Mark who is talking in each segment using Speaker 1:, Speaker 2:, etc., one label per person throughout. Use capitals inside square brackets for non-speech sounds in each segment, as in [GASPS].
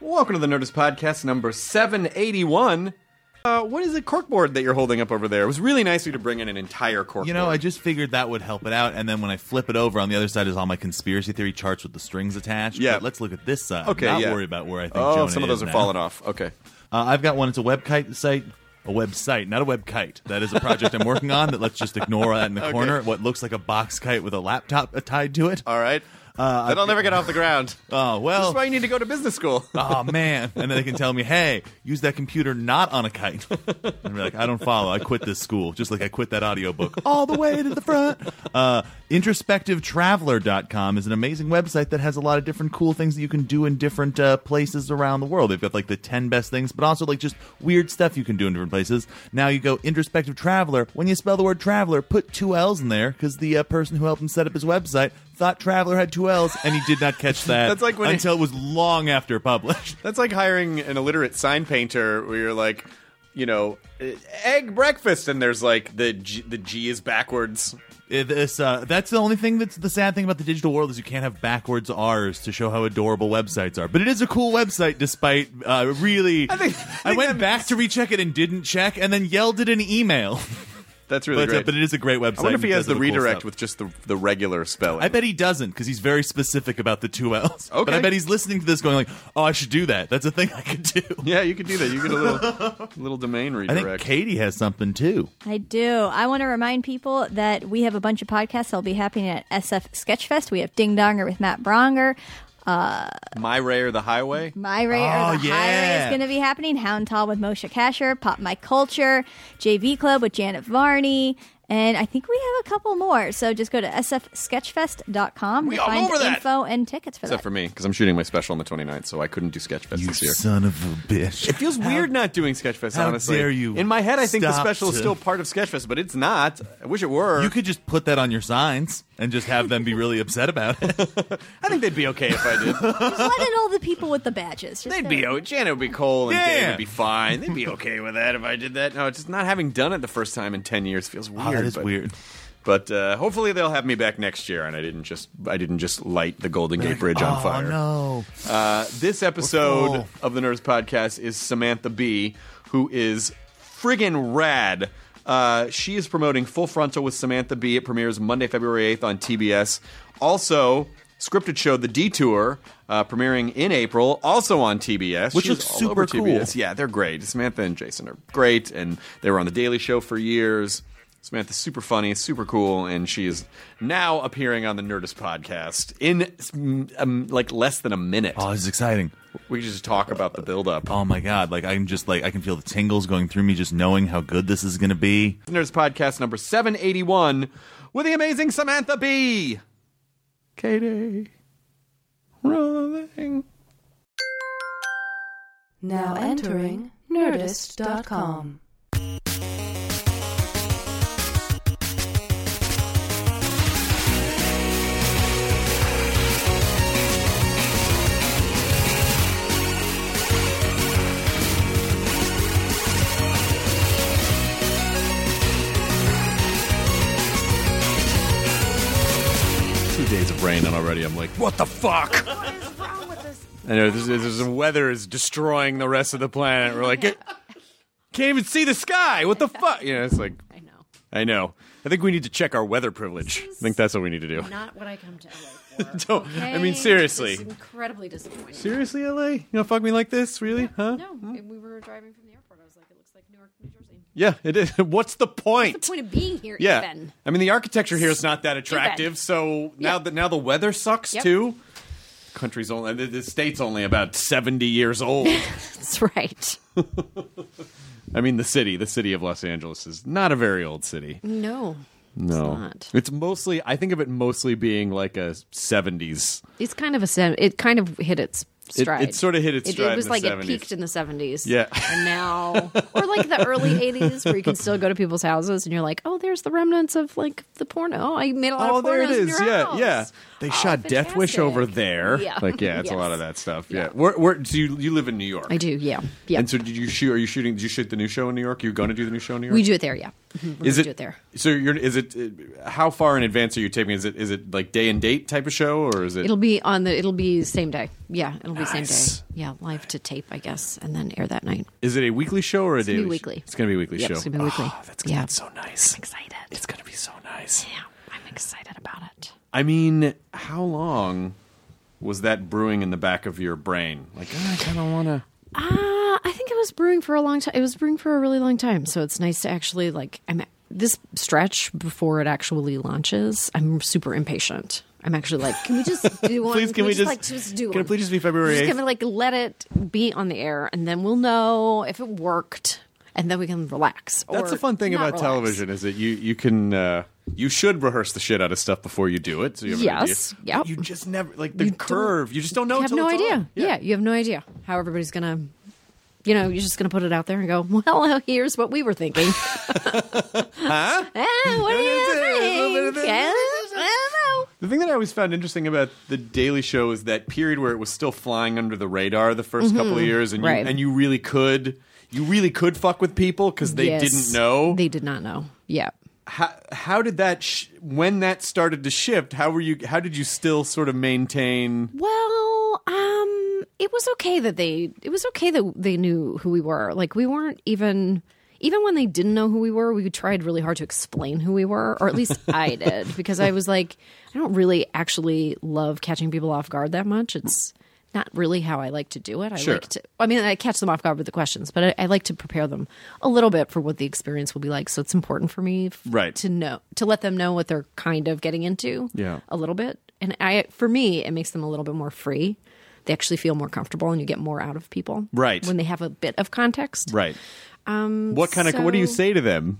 Speaker 1: Welcome to the Nerdist Podcast number 781. Uh, what is a corkboard that you're holding up over there? It was really nice of you to bring in an entire corkboard.
Speaker 2: You know, I just figured that would help it out, and then when I flip it over, on the other side is all my conspiracy theory charts with the strings attached.
Speaker 1: Yeah.
Speaker 2: But let's look at this side.
Speaker 1: Okay,
Speaker 2: Not
Speaker 1: yeah.
Speaker 2: worry about where I think.
Speaker 1: oh,
Speaker 2: Jonah
Speaker 1: some of those
Speaker 2: is
Speaker 1: are
Speaker 2: now.
Speaker 1: falling off. Okay.
Speaker 2: Uh, I've got one. It's a webkite site. A website, not a web kite. That is a project I'm working on. That let's just ignore that
Speaker 1: [LAUGHS]
Speaker 2: in the corner. What looks like a box kite with a laptop uh, tied to it.
Speaker 1: All right. Uh, That'll never get off the
Speaker 2: [LAUGHS]
Speaker 1: ground.
Speaker 2: Oh well.
Speaker 1: That's why you need to go to business
Speaker 2: [LAUGHS]
Speaker 1: school.
Speaker 2: oh man! And then they can tell me, "Hey, use that computer not on a kite." And I'm like, "I don't follow. I quit this school, just like I quit that audiobook [LAUGHS] all the way to the front." Uh, introspectivetraveler.com is an amazing website that has a lot of different cool things that you can do in different uh, places around the world. They've got like the ten best things, but also like just weird stuff you can do in different places. Now you go introspective traveler. When you spell the word traveler, put two L's in there because the uh, person who helped him set up his website. Thought Traveler had two L's, and he did not [LAUGHS] catch that.
Speaker 1: That's like when he-
Speaker 2: until it was long after published.
Speaker 1: That's like hiring an illiterate sign painter where you're like, you know, eh, egg breakfast, and there's like the G, the G is backwards.
Speaker 2: Uh, This uh, that's the only thing that's the sad thing about the digital world is you can't have backwards R's to show how adorable websites are. But it is a cool website, despite uh, really. I,
Speaker 1: think- I think
Speaker 2: went
Speaker 1: that
Speaker 2: back to recheck it and didn't check, and then yelled at an email. [LAUGHS]
Speaker 1: That's really
Speaker 2: but, uh,
Speaker 1: great.
Speaker 2: but it is a great website.
Speaker 1: I wonder if he
Speaker 2: and
Speaker 1: has
Speaker 2: does
Speaker 1: the
Speaker 2: other cool
Speaker 1: redirect
Speaker 2: stuff.
Speaker 1: with just the the regular spelling.
Speaker 2: I bet he doesn't because he's very specific about the two L's. But I
Speaker 1: Okay.
Speaker 2: bet he's listening to this going like, "Oh, I should do that. That's a thing I could do."
Speaker 1: yeah, you could do that. You get a
Speaker 2: [LAUGHS]
Speaker 1: little little domain
Speaker 2: I
Speaker 1: redirect.
Speaker 2: think Katie has something too.
Speaker 3: I do. I want to remind people that we have a bunch of podcasts that'll be happening at SF Sketchfest. We have Ding Donger with Matt Bronger.
Speaker 1: My Ray or the Highway.
Speaker 3: My Ray
Speaker 2: Oh,
Speaker 3: or the High
Speaker 2: yeah.
Speaker 3: Ray is going to be happening. Hound Tall with Moshe Kasher. Pop My Culture. JV Club with Janet Varney. And I think we have a couple more. So just go to sfsketchfest.com
Speaker 1: We
Speaker 3: to
Speaker 1: all
Speaker 3: find
Speaker 1: over that.
Speaker 3: info and tickets for
Speaker 1: Except
Speaker 3: that.
Speaker 1: for me, because I'm shooting my special on the 29th, so I couldn't do Sketchfest this year.
Speaker 2: son of a bitch.
Speaker 1: It feels weird not doing Sketchfest,
Speaker 2: how
Speaker 1: honestly.
Speaker 2: dare you
Speaker 1: In my head, I think the
Speaker 2: stop
Speaker 1: special is
Speaker 2: to-
Speaker 1: still part of Sketchfest, but it's not. I wish it were.
Speaker 2: You could just put that on your signs and just have them be really upset about it.
Speaker 1: I think they'd be okay if I [LAUGHS] did.
Speaker 3: just let in all the people with the badges. Just
Speaker 1: They'd
Speaker 3: go-
Speaker 1: be oh, Janet would be cool and Dave
Speaker 2: Yeah.
Speaker 1: would be fine.
Speaker 2: [LAUGHS]
Speaker 1: They'd be okay with that if I did that. No, it's just not having done it the first time in ten years feels [LAUGHS] weird.
Speaker 2: Oh, that is
Speaker 1: but,
Speaker 2: weird.
Speaker 1: But uh, hopefully they'll have me back next year, and I didn't just I didn't just light the Golden Gate Bridge
Speaker 2: oh,
Speaker 1: on fire.
Speaker 2: no.
Speaker 1: Uh, this episode
Speaker 2: full.
Speaker 1: of the Nerds Podcast is Samantha B, who is friggin' rad. Uh, she is promoting Full Frontal with Samantha B. It premieres Monday, February 8th on TBS. Also, scripted show The Detour, uh, premiering in April, also on TBS.
Speaker 2: Which
Speaker 1: She's
Speaker 2: looks
Speaker 1: all
Speaker 2: super
Speaker 1: over
Speaker 2: cool.
Speaker 1: TBS. Yeah, they're great. Samantha and Jason are great, and they were on The Daily Show for years. Samantha's super funny, super cool, and she is now appearing on the Nerdist podcast in mm, um, like less than a minute.
Speaker 2: Oh, this is exciting.
Speaker 1: We could just talk about the build-up.
Speaker 2: Oh my god, like I'm just like I can feel the tingles going through me just knowing how good this is going to be.
Speaker 1: Nerds Podcast number 781 with the amazing Samantha B. Katie. Rolling.
Speaker 4: Now entering Nerdist.com.
Speaker 1: Two days of rain and already I'm like, what the fuck? What is wrong with this? I know, this, this, this weather is destroying the rest of the planet. We're like, [LAUGHS] "Get- can't even see the sky. What the fuck? You know, it's like,
Speaker 5: I know.
Speaker 1: I know. I think we need to check our weather privilege. I think that's what we need to do. [LAUGHS]
Speaker 5: Not what I come to LA for.
Speaker 1: Don't- I mean,
Speaker 5: Okay?
Speaker 1: seriously.
Speaker 5: This is incredibly disappointing.
Speaker 1: Seriously, LA? You gonna fuck me like this? Really? Huh?
Speaker 5: No, we were driving from the airport. I was like, it looks like Newark, New Jersey.
Speaker 1: Yeah, it is. [LAUGHS] What's the point?
Speaker 5: What's the point of being here,
Speaker 1: Yeah,
Speaker 5: even?
Speaker 1: I mean the architecture here is not that attractive. So now
Speaker 5: Yeah.
Speaker 1: that now the weather sucks
Speaker 5: Yep.
Speaker 1: too. Country's only the- the state's only about seventy years old.
Speaker 5: [LAUGHS] That's right.
Speaker 1: I mean the city, the city of Los Angeles is not a very old city.
Speaker 5: No.
Speaker 1: No,
Speaker 5: not.
Speaker 1: it's mostly I think of it mostly being like a seventies.
Speaker 5: It's kind of a sem- it kind of hit its
Speaker 1: It-
Speaker 5: stride.
Speaker 1: it sorta hit its
Speaker 5: It-
Speaker 1: stride
Speaker 5: It,
Speaker 1: in
Speaker 5: was
Speaker 1: the
Speaker 5: like
Speaker 1: 70s.
Speaker 5: it peaked in the seventies.
Speaker 1: Yeah.
Speaker 5: and now or like the early
Speaker 1: [LAUGHS]
Speaker 5: eighties, where you can still go to people's houses and you're like, oh, there's the remnants of like the porno. I made a lot
Speaker 1: [LAUGHS] Oh,
Speaker 5: of pornos
Speaker 1: there it
Speaker 5: in
Speaker 1: is.
Speaker 5: your
Speaker 1: Yeah,
Speaker 5: house. Oh,
Speaker 1: yeah. They shot Death Wish
Speaker 5: fantastic.
Speaker 1: over there.
Speaker 5: Yeah.
Speaker 1: like yeah, it's a lot of
Speaker 5: [LAUGHS] Yes.
Speaker 1: that stuff. Yeah,
Speaker 5: Yeah.
Speaker 1: Where, where so you you live in New York?
Speaker 5: I do. Yeah, yeah.
Speaker 1: And so did you shoot? Are you shooting? Did you shoot the new show in New York? You're going to do the new show in New York?
Speaker 5: we do it there. Yeah. Mm-hmm. We're
Speaker 1: is
Speaker 5: gonna
Speaker 1: it,
Speaker 5: do it there.
Speaker 1: So you're is it uh, how far in advance are you taping? Is it is it like day and date type of show or is it?
Speaker 5: It'll be on the. It'll be same day. Yeah, it'll be
Speaker 1: Nice.
Speaker 5: same day. Yeah, live to tape, I guess, and then air that night.
Speaker 1: is it a weekly show or a
Speaker 5: gonna
Speaker 1: daily?
Speaker 5: be
Speaker 1: sh-
Speaker 5: weekly.
Speaker 1: It's gonna be a weekly
Speaker 5: Yep,
Speaker 1: show.
Speaker 5: it's gonna be weekly.
Speaker 1: Ah, that's gonna
Speaker 5: Yeah.
Speaker 1: be so nice.
Speaker 5: Excited.
Speaker 1: It's gonna be so nice.
Speaker 5: yeah, I'm excited about it.
Speaker 1: I mean, how long was that brewing in the back of your brain? Like, "Ah, I kind of want to.
Speaker 5: Uh, I think it was brewing for a long time. It was brewing for a really long time. So it's nice to actually like I'm this stretch before it actually launches. I'm super impatient. I'm actually like, can we just
Speaker 1: [LAUGHS]
Speaker 5: do one?
Speaker 1: Please, can we just-
Speaker 5: like just do
Speaker 1: can
Speaker 5: one?
Speaker 1: it please just be February
Speaker 5: Just
Speaker 1: 8th?
Speaker 5: gonna like let it be on the air, and then we'll know if it worked, and then we can relax.
Speaker 1: That's
Speaker 5: or
Speaker 1: the fun thing
Speaker 5: not
Speaker 1: about
Speaker 5: relax.
Speaker 1: television is that you you can uh, you should rehearse the shit out of stuff before you do it. So you have an idea.
Speaker 5: Yes, yep.
Speaker 1: You just never like the
Speaker 5: You don't-
Speaker 1: curve. You just don't know.
Speaker 5: You have
Speaker 1: till
Speaker 5: no
Speaker 1: it's on.
Speaker 5: idea. Yeah. you have no idea how everybody's gonna. You know, you're just gonna put it out there and go, well, [LAUGHS] here's what we were thinking. [LAUGHS]
Speaker 1: Huh?
Speaker 5: Eh, what
Speaker 1: [LAUGHS]
Speaker 5: do you
Speaker 1: Little bit of
Speaker 5: think?
Speaker 1: this.
Speaker 5: Yeah, I
Speaker 1: The thing that I always found interesting about the Daily Show is that period where it was still flying under the radar the 1st couple of years, and
Speaker 5: Mm-hmm. Right.
Speaker 1: you, and you really could you really could fuck with people because
Speaker 5: don't
Speaker 1: they
Speaker 5: know. Yes.
Speaker 1: didn't know.
Speaker 5: They did not know. Yeah.
Speaker 1: how, how did that sh- when that started to shift? How were you? How did you still sort of maintain?
Speaker 5: Well, um, it was okay that they. It was okay that they knew who we were. Like we weren't even. Even when they didn't know who we were, we tried really hard to explain who we were, or
Speaker 1: [LAUGHS]
Speaker 5: at least I did, because I was like, I don't really actually love catching people off guard that much. It's not really how I like to do it. I
Speaker 1: Sure.
Speaker 5: like to, I mean, I catch them off guard with the questions, but I, I like to prepare them a little bit for what the experience will be like. So it's important for me f-
Speaker 1: Right.
Speaker 5: to know to let them know what they're kind of getting into
Speaker 1: Yeah.
Speaker 5: a little bit and i for me it makes them a little bit more free they actually feel more comfortable and you get more out of people
Speaker 1: Right.
Speaker 5: when they have a bit of context
Speaker 1: Right.
Speaker 5: um
Speaker 1: What kind of what do you
Speaker 5: so-
Speaker 1: say to them?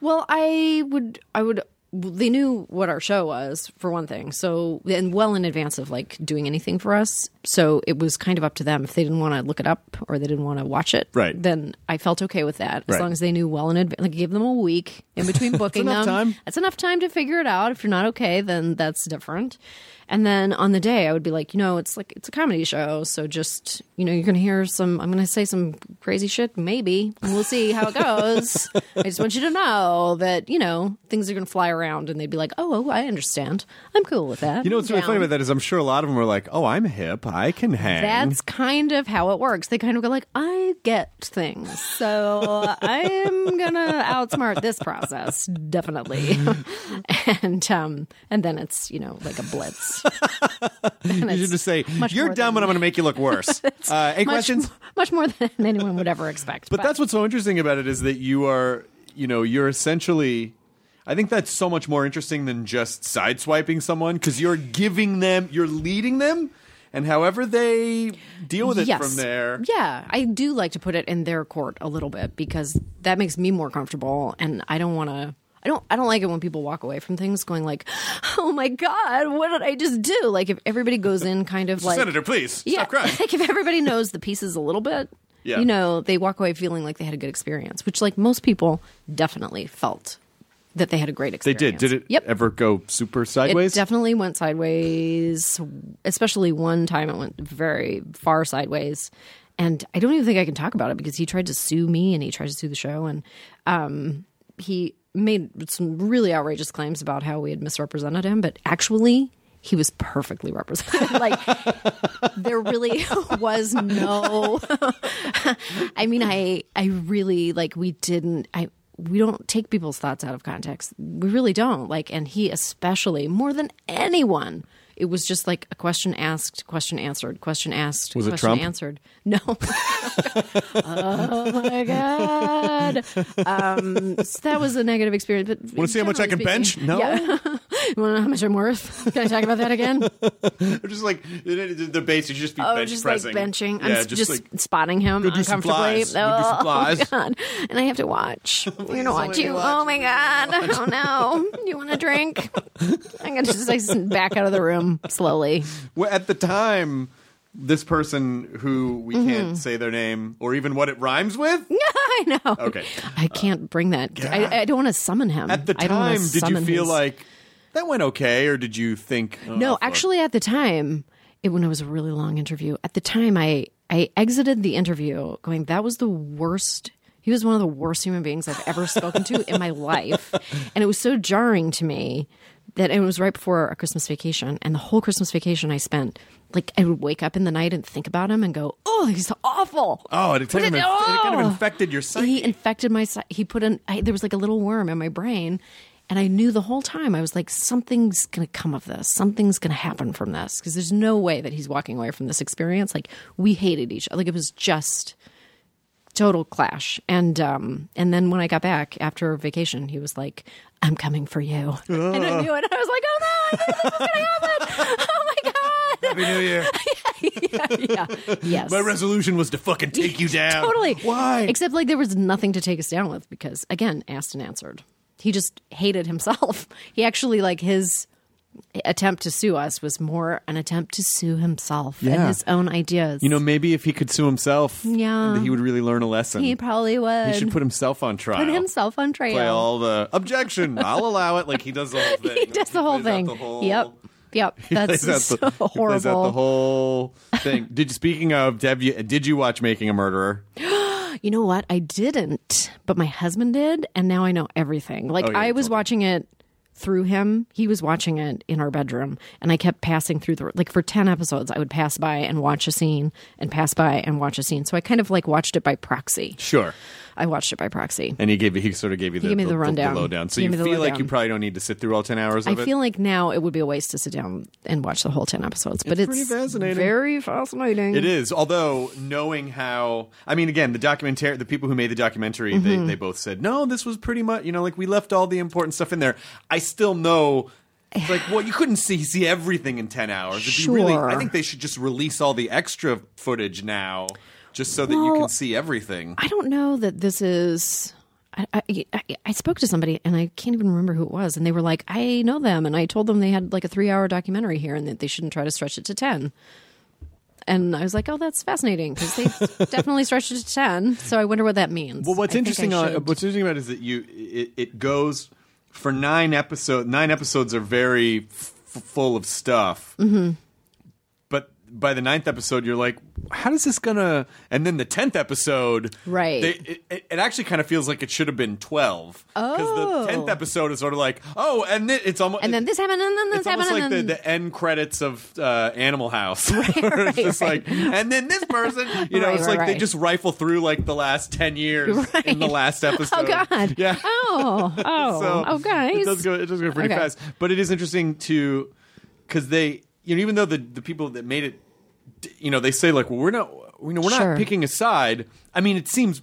Speaker 5: well i would i would they knew what our show was for one thing so and well in advance of like doing anything for us so it was kind of up to them if they didn't want to look it up or they didn't want to watch it
Speaker 1: Right.
Speaker 5: then i felt okay with that as
Speaker 1: Right.
Speaker 5: long as they knew well in advance like give them a week
Speaker 1: [LAUGHS]
Speaker 5: in between booking
Speaker 1: enough
Speaker 5: them
Speaker 1: time.
Speaker 5: that's enough time to figure it out. If you're not okay, then that's different. And then on the day, I would be like, you know, it's like it's a comedy show, so just you know, you're gonna hear some. I'm gonna say some crazy shit, maybe, and we'll see how it goes. I just want you to know that you know things are gonna fly around, and they'd be like, oh, oh I understand. I'm cool with that.
Speaker 1: You know what's really
Speaker 5: Down.
Speaker 1: funny about that is I'm sure a lot of them are like, "Oh, I'm hip. I can hang."
Speaker 5: That's kind of how it works. They kind of go like, I get things, so I'm gonna outsmart this process definitely. [LAUGHS] and um, and then it's you know like
Speaker 1: [LAUGHS]
Speaker 5: a blitz.
Speaker 1: [LAUGHS] you should just say, "You're
Speaker 5: more
Speaker 1: dumb, and I'm going to make
Speaker 5: [LAUGHS]
Speaker 1: you look worse." uh, any
Speaker 5: much,
Speaker 1: questions?
Speaker 5: [LAUGHS] Much more than anyone would ever expect.
Speaker 1: But that's what's so interesting about it is that you are, you know, you're essentially. I think that's so much more interesting than just sideswiping someone because you're giving them, you're leading them, and however they deal with it
Speaker 5: Yes.
Speaker 1: from there.
Speaker 5: Yeah, I do like to put it in their court a little bit because that makes me more comfortable, and I don't want to. I don't. I don't like it when people walk away from things going like, [LAUGHS] "Oh my god, what did I just do?" Like if everybody goes in kind of like,
Speaker 1: Senator, please
Speaker 5: yeah, [LAUGHS]
Speaker 1: stop crying.
Speaker 5: like if everybody knows the pieces a little bit,
Speaker 1: Yeah.
Speaker 5: you know, they walk away feeling like they had a good experience, which like most people definitely felt that they had a great
Speaker 1: They
Speaker 5: experience.
Speaker 1: did. Did it
Speaker 5: Yep.
Speaker 1: ever go super
Speaker 5: It
Speaker 1: sideways? [LAUGHS]
Speaker 5: definitely went sideways, especially one time it went very far sideways. And I don't even think I can talk about it because he tried to sue me and he tried to sue the show. And um, he made some really outrageous claims about how we had misrepresented him, but actually, he was perfectly represented. like, there really was no [LAUGHS] I mean, I I really like we didn't I we don't take people's thoughts out of context. We really don't. Like and he especially more than anyone. It was just like a question asked, question answered, question asked,
Speaker 1: Was it
Speaker 5: question
Speaker 1: Trump?
Speaker 5: answered. No. [LAUGHS] oh my god. Um, so that was a negative experience. But
Speaker 1: Want to see how much I can
Speaker 5: generally
Speaker 1: bench?
Speaker 5: speaking-
Speaker 1: No.
Speaker 5: Yeah. [LAUGHS] you want to know how much I'm worth? Can I talk about that again?
Speaker 1: They're just like the base. You should just be
Speaker 5: Oh,
Speaker 1: bench
Speaker 5: just
Speaker 1: pressing.
Speaker 5: like benching.
Speaker 1: Yeah,
Speaker 5: I'm just,
Speaker 1: just
Speaker 5: just
Speaker 1: like
Speaker 5: spotting him
Speaker 1: do some
Speaker 5: uncomfortably.
Speaker 1: flies. Go do some
Speaker 5: Oh, [LAUGHS]
Speaker 1: flies.
Speaker 5: God. And I have
Speaker 1: [LAUGHS]
Speaker 5: to watch. You're gonna
Speaker 1: somebody
Speaker 5: watch you.
Speaker 1: watch.
Speaker 5: Oh my god.
Speaker 1: [LAUGHS]
Speaker 5: I don't know. Do you want a drink? I'm gonna just like back out of the room slowly. [LAUGHS]
Speaker 1: Well, at the time, this person who we
Speaker 5: Mm-hmm.
Speaker 1: can't say their name or even what it rhymes with.
Speaker 5: I know.
Speaker 1: Okay.
Speaker 5: I can't bring that. I, I don't want to summon him.
Speaker 1: At the
Speaker 5: I don't wanna
Speaker 1: time, did you
Speaker 5: summon
Speaker 1: feel
Speaker 5: his-
Speaker 1: like that went okay, or did you think oh,
Speaker 5: No,
Speaker 1: fuck.
Speaker 5: actually, at the time, it when it was a really long interview. At the time, I I exited the interview going, "That was the worst." He He was one of the worst human beings I've ever spoken to in
Speaker 1: [LAUGHS]
Speaker 5: my life. And it was so jarring to me that it was right before a Christmas vacation. And the whole Christmas vacation I spent, like, I would wake up in the night and think about him and go, oh, he's awful.
Speaker 1: Oh, it,
Speaker 5: What
Speaker 1: kind of,
Speaker 5: did-
Speaker 1: inf- it kind of
Speaker 5: oh!
Speaker 1: infected your psyche.
Speaker 5: He infected my. psy- He put in. I, there was like a little worm in my brain, and I knew the whole time. I was like, something's going to come of this. Something's going to happen from this because there's no way that he's walking away from this experience. Like we hated each other. Like it was just total clash. And um and then when I got back after vacation, he was like, "I'm coming for you," and I knew it. I was like, "Oh no, I knew this was going to happen. [LAUGHS] Oh my god."
Speaker 1: Happy New
Speaker 5: [LAUGHS]
Speaker 1: Year.
Speaker 5: yeah. Yes.
Speaker 1: My resolution was to fucking take you down.
Speaker 5: Totally.
Speaker 1: Why?
Speaker 5: Except like there was nothing to take us down with because again, Aston answered. He just hated himself. [LAUGHS] He actually like his attempt to sue us was more an attempt to sue himself and
Speaker 1: Yeah.
Speaker 5: his own ideas.
Speaker 1: you know, maybe if he could sue himself,
Speaker 5: Yeah.
Speaker 1: he would really learn a lesson.
Speaker 5: he probably would
Speaker 1: He should put himself on trial.
Speaker 5: [LAUGHS] put himself on trial.
Speaker 1: Play all the objection. I'll allow it. Like he does the whole thing.
Speaker 5: [LAUGHS] he does the whole
Speaker 1: plays out
Speaker 5: thing.
Speaker 1: the whole-
Speaker 5: Yep. Yep.
Speaker 1: [LAUGHS] he
Speaker 5: That's
Speaker 1: plays
Speaker 5: so
Speaker 1: out
Speaker 5: [LAUGHS]
Speaker 1: the, he
Speaker 5: horrible.
Speaker 1: plays out the whole
Speaker 5: [LAUGHS]
Speaker 1: thing. Did you, speaking of, Dev, you- did you watch Making a Murderer?
Speaker 5: You know what? I didn't, but my husband did, and now I know everything. Like
Speaker 1: Oh, yeah,
Speaker 5: I
Speaker 1: you
Speaker 5: was
Speaker 1: told
Speaker 5: watching it through him. He was watching it in our bedroom, and I kept passing through the like for 10 episodes, I would pass by and watch a scene and pass by and watch a scene. So I kind of like watched it by proxy.
Speaker 1: Sure.
Speaker 5: I watched it by proxy.
Speaker 1: And he gave he sort of gave you the,
Speaker 5: gave me the
Speaker 1: the,
Speaker 5: rundown.
Speaker 1: lowdown. So
Speaker 5: He
Speaker 1: you
Speaker 5: gave me
Speaker 1: feel
Speaker 5: the
Speaker 1: like you
Speaker 5: lowdown.
Speaker 1: probably don't need to sit through all ten hours
Speaker 5: I
Speaker 1: of it.
Speaker 5: feel like now it would be a waste to sit down and watch the whole 10 episodes, but it's,
Speaker 1: pretty fascinating.
Speaker 5: very fascinating.
Speaker 1: It is, although knowing how, I mean, again, the documentary, the people who made the documentary,
Speaker 5: Mm-hmm.
Speaker 1: they, they both said, no, this was pretty much, you know, like we left all the important stuff in there. I still
Speaker 5: [SIGHS]
Speaker 1: know, it's like, well, you couldn't see see everything in ten hours. It'd be really,
Speaker 5: Sure.
Speaker 1: I think they should just release all the extra footage now, just so that you
Speaker 5: Well,
Speaker 1: can see everything.
Speaker 5: I don't know that this is. I, I, I- I spoke to somebody and I can't even remember who it was, and they were like, "I know them," and I told them they had like a three-hour documentary here, and that they shouldn't try to stretch it to ten. And I was like, "Oh, that's fascinating
Speaker 1: [LAUGHS]
Speaker 5: because they definitely stretched it to ten. So I wonder what that means."
Speaker 1: Well, what's
Speaker 5: I think I
Speaker 1: interesting on
Speaker 5: should-
Speaker 1: what's interesting about it is that you it, it goes for nine episodes. Nine episodes are very f- f- full of stuff. Mm-hmm. But by the ninth episode, you're like, how is this gonna? And then the tenth episode,
Speaker 5: Right.
Speaker 1: They, it- it, it actually kind of feels like it should have been twelve because
Speaker 5: Oh.
Speaker 1: the tenth episode is sort of like, oh, and then it's almost
Speaker 5: and then this happened, and then this
Speaker 1: it's
Speaker 5: happened,
Speaker 1: almost like
Speaker 5: and
Speaker 1: the,
Speaker 5: then
Speaker 1: the end credits of uh, Animal
Speaker 5: [LAUGHS]
Speaker 1: House. [LAUGHS] Where
Speaker 5: right,
Speaker 1: it's just
Speaker 5: right.
Speaker 1: like, and then this person, you know,
Speaker 5: Right,
Speaker 1: it's
Speaker 5: right,
Speaker 1: like they
Speaker 5: right.
Speaker 1: just rifle through like the last ten
Speaker 5: [LAUGHS]
Speaker 1: years in the
Speaker 5: Right.
Speaker 1: last episode.
Speaker 5: oh god,
Speaker 1: yeah. [LAUGHS]
Speaker 5: oh, oh,
Speaker 1: So
Speaker 5: oh, guys,
Speaker 1: it does go. It does go pretty
Speaker 5: Okay.
Speaker 1: fast, but it is interesting to because they, you know, even though the the people that made it, d- you know, they say like, well, we're not, you know, we're
Speaker 5: Sure.
Speaker 1: not picking a side. I mean, it seems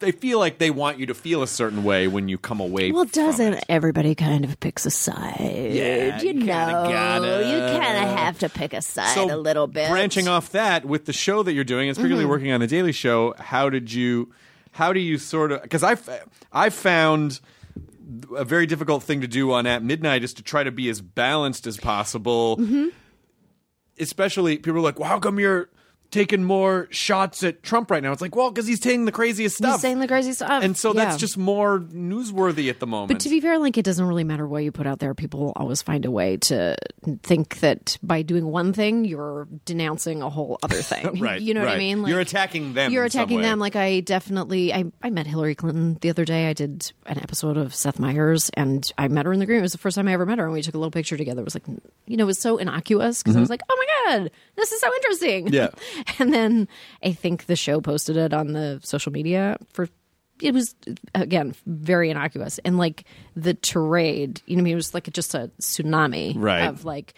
Speaker 1: they feel like they want you to feel a certain way when you come away.
Speaker 5: Well,
Speaker 1: from
Speaker 5: doesn't
Speaker 1: it.
Speaker 5: everybody kind of picks a side?
Speaker 1: Yeah,
Speaker 5: you,
Speaker 1: you kinda
Speaker 5: know,
Speaker 1: gotta.
Speaker 5: you kind of have to pick a side
Speaker 1: so
Speaker 5: a little bit. Mm-hmm.
Speaker 1: Branching off that with the show that you're doing, and particularly working on the Daily Show, how did you? How do you sort of? Because I, I found a very difficult thing to do on at midnight is to try to be as balanced as possible.
Speaker 5: Mm-hmm.
Speaker 1: Especially people are like, "Well, how come you're taking more shots at Trump right now?" It's like, well, because he's saying the craziest stuff,
Speaker 5: He's saying the crazy stuff,
Speaker 1: and so
Speaker 5: Yeah.
Speaker 1: that's just more newsworthy at the moment.
Speaker 5: But to be fair, like it doesn't really matter what you put out there. People will always find a way to think that by doing one thing, you're denouncing a whole
Speaker 1: [LAUGHS]
Speaker 5: other thing.
Speaker 1: Right,
Speaker 5: You know what I
Speaker 1: right.
Speaker 5: mean?
Speaker 1: You're attacking them
Speaker 5: You're
Speaker 1: in some
Speaker 5: attacking
Speaker 1: way.
Speaker 5: them. Like I definitely, I, I met Hillary Clinton the other day. I did an episode of Seth Meyers, and I met her in the green. room. It was the first time I ever met her, and we took a little picture together. It was like, you know, it was so innocuous because I was like, oh my god, this is so interesting.
Speaker 1: Mm-hmm.
Speaker 5: [LAUGHS]
Speaker 1: Yeah.
Speaker 5: and then I think the show posted it on the social media for it was again very innocuous and like the tirade you know what I mean it was like just a tsunami
Speaker 1: Right.
Speaker 5: of like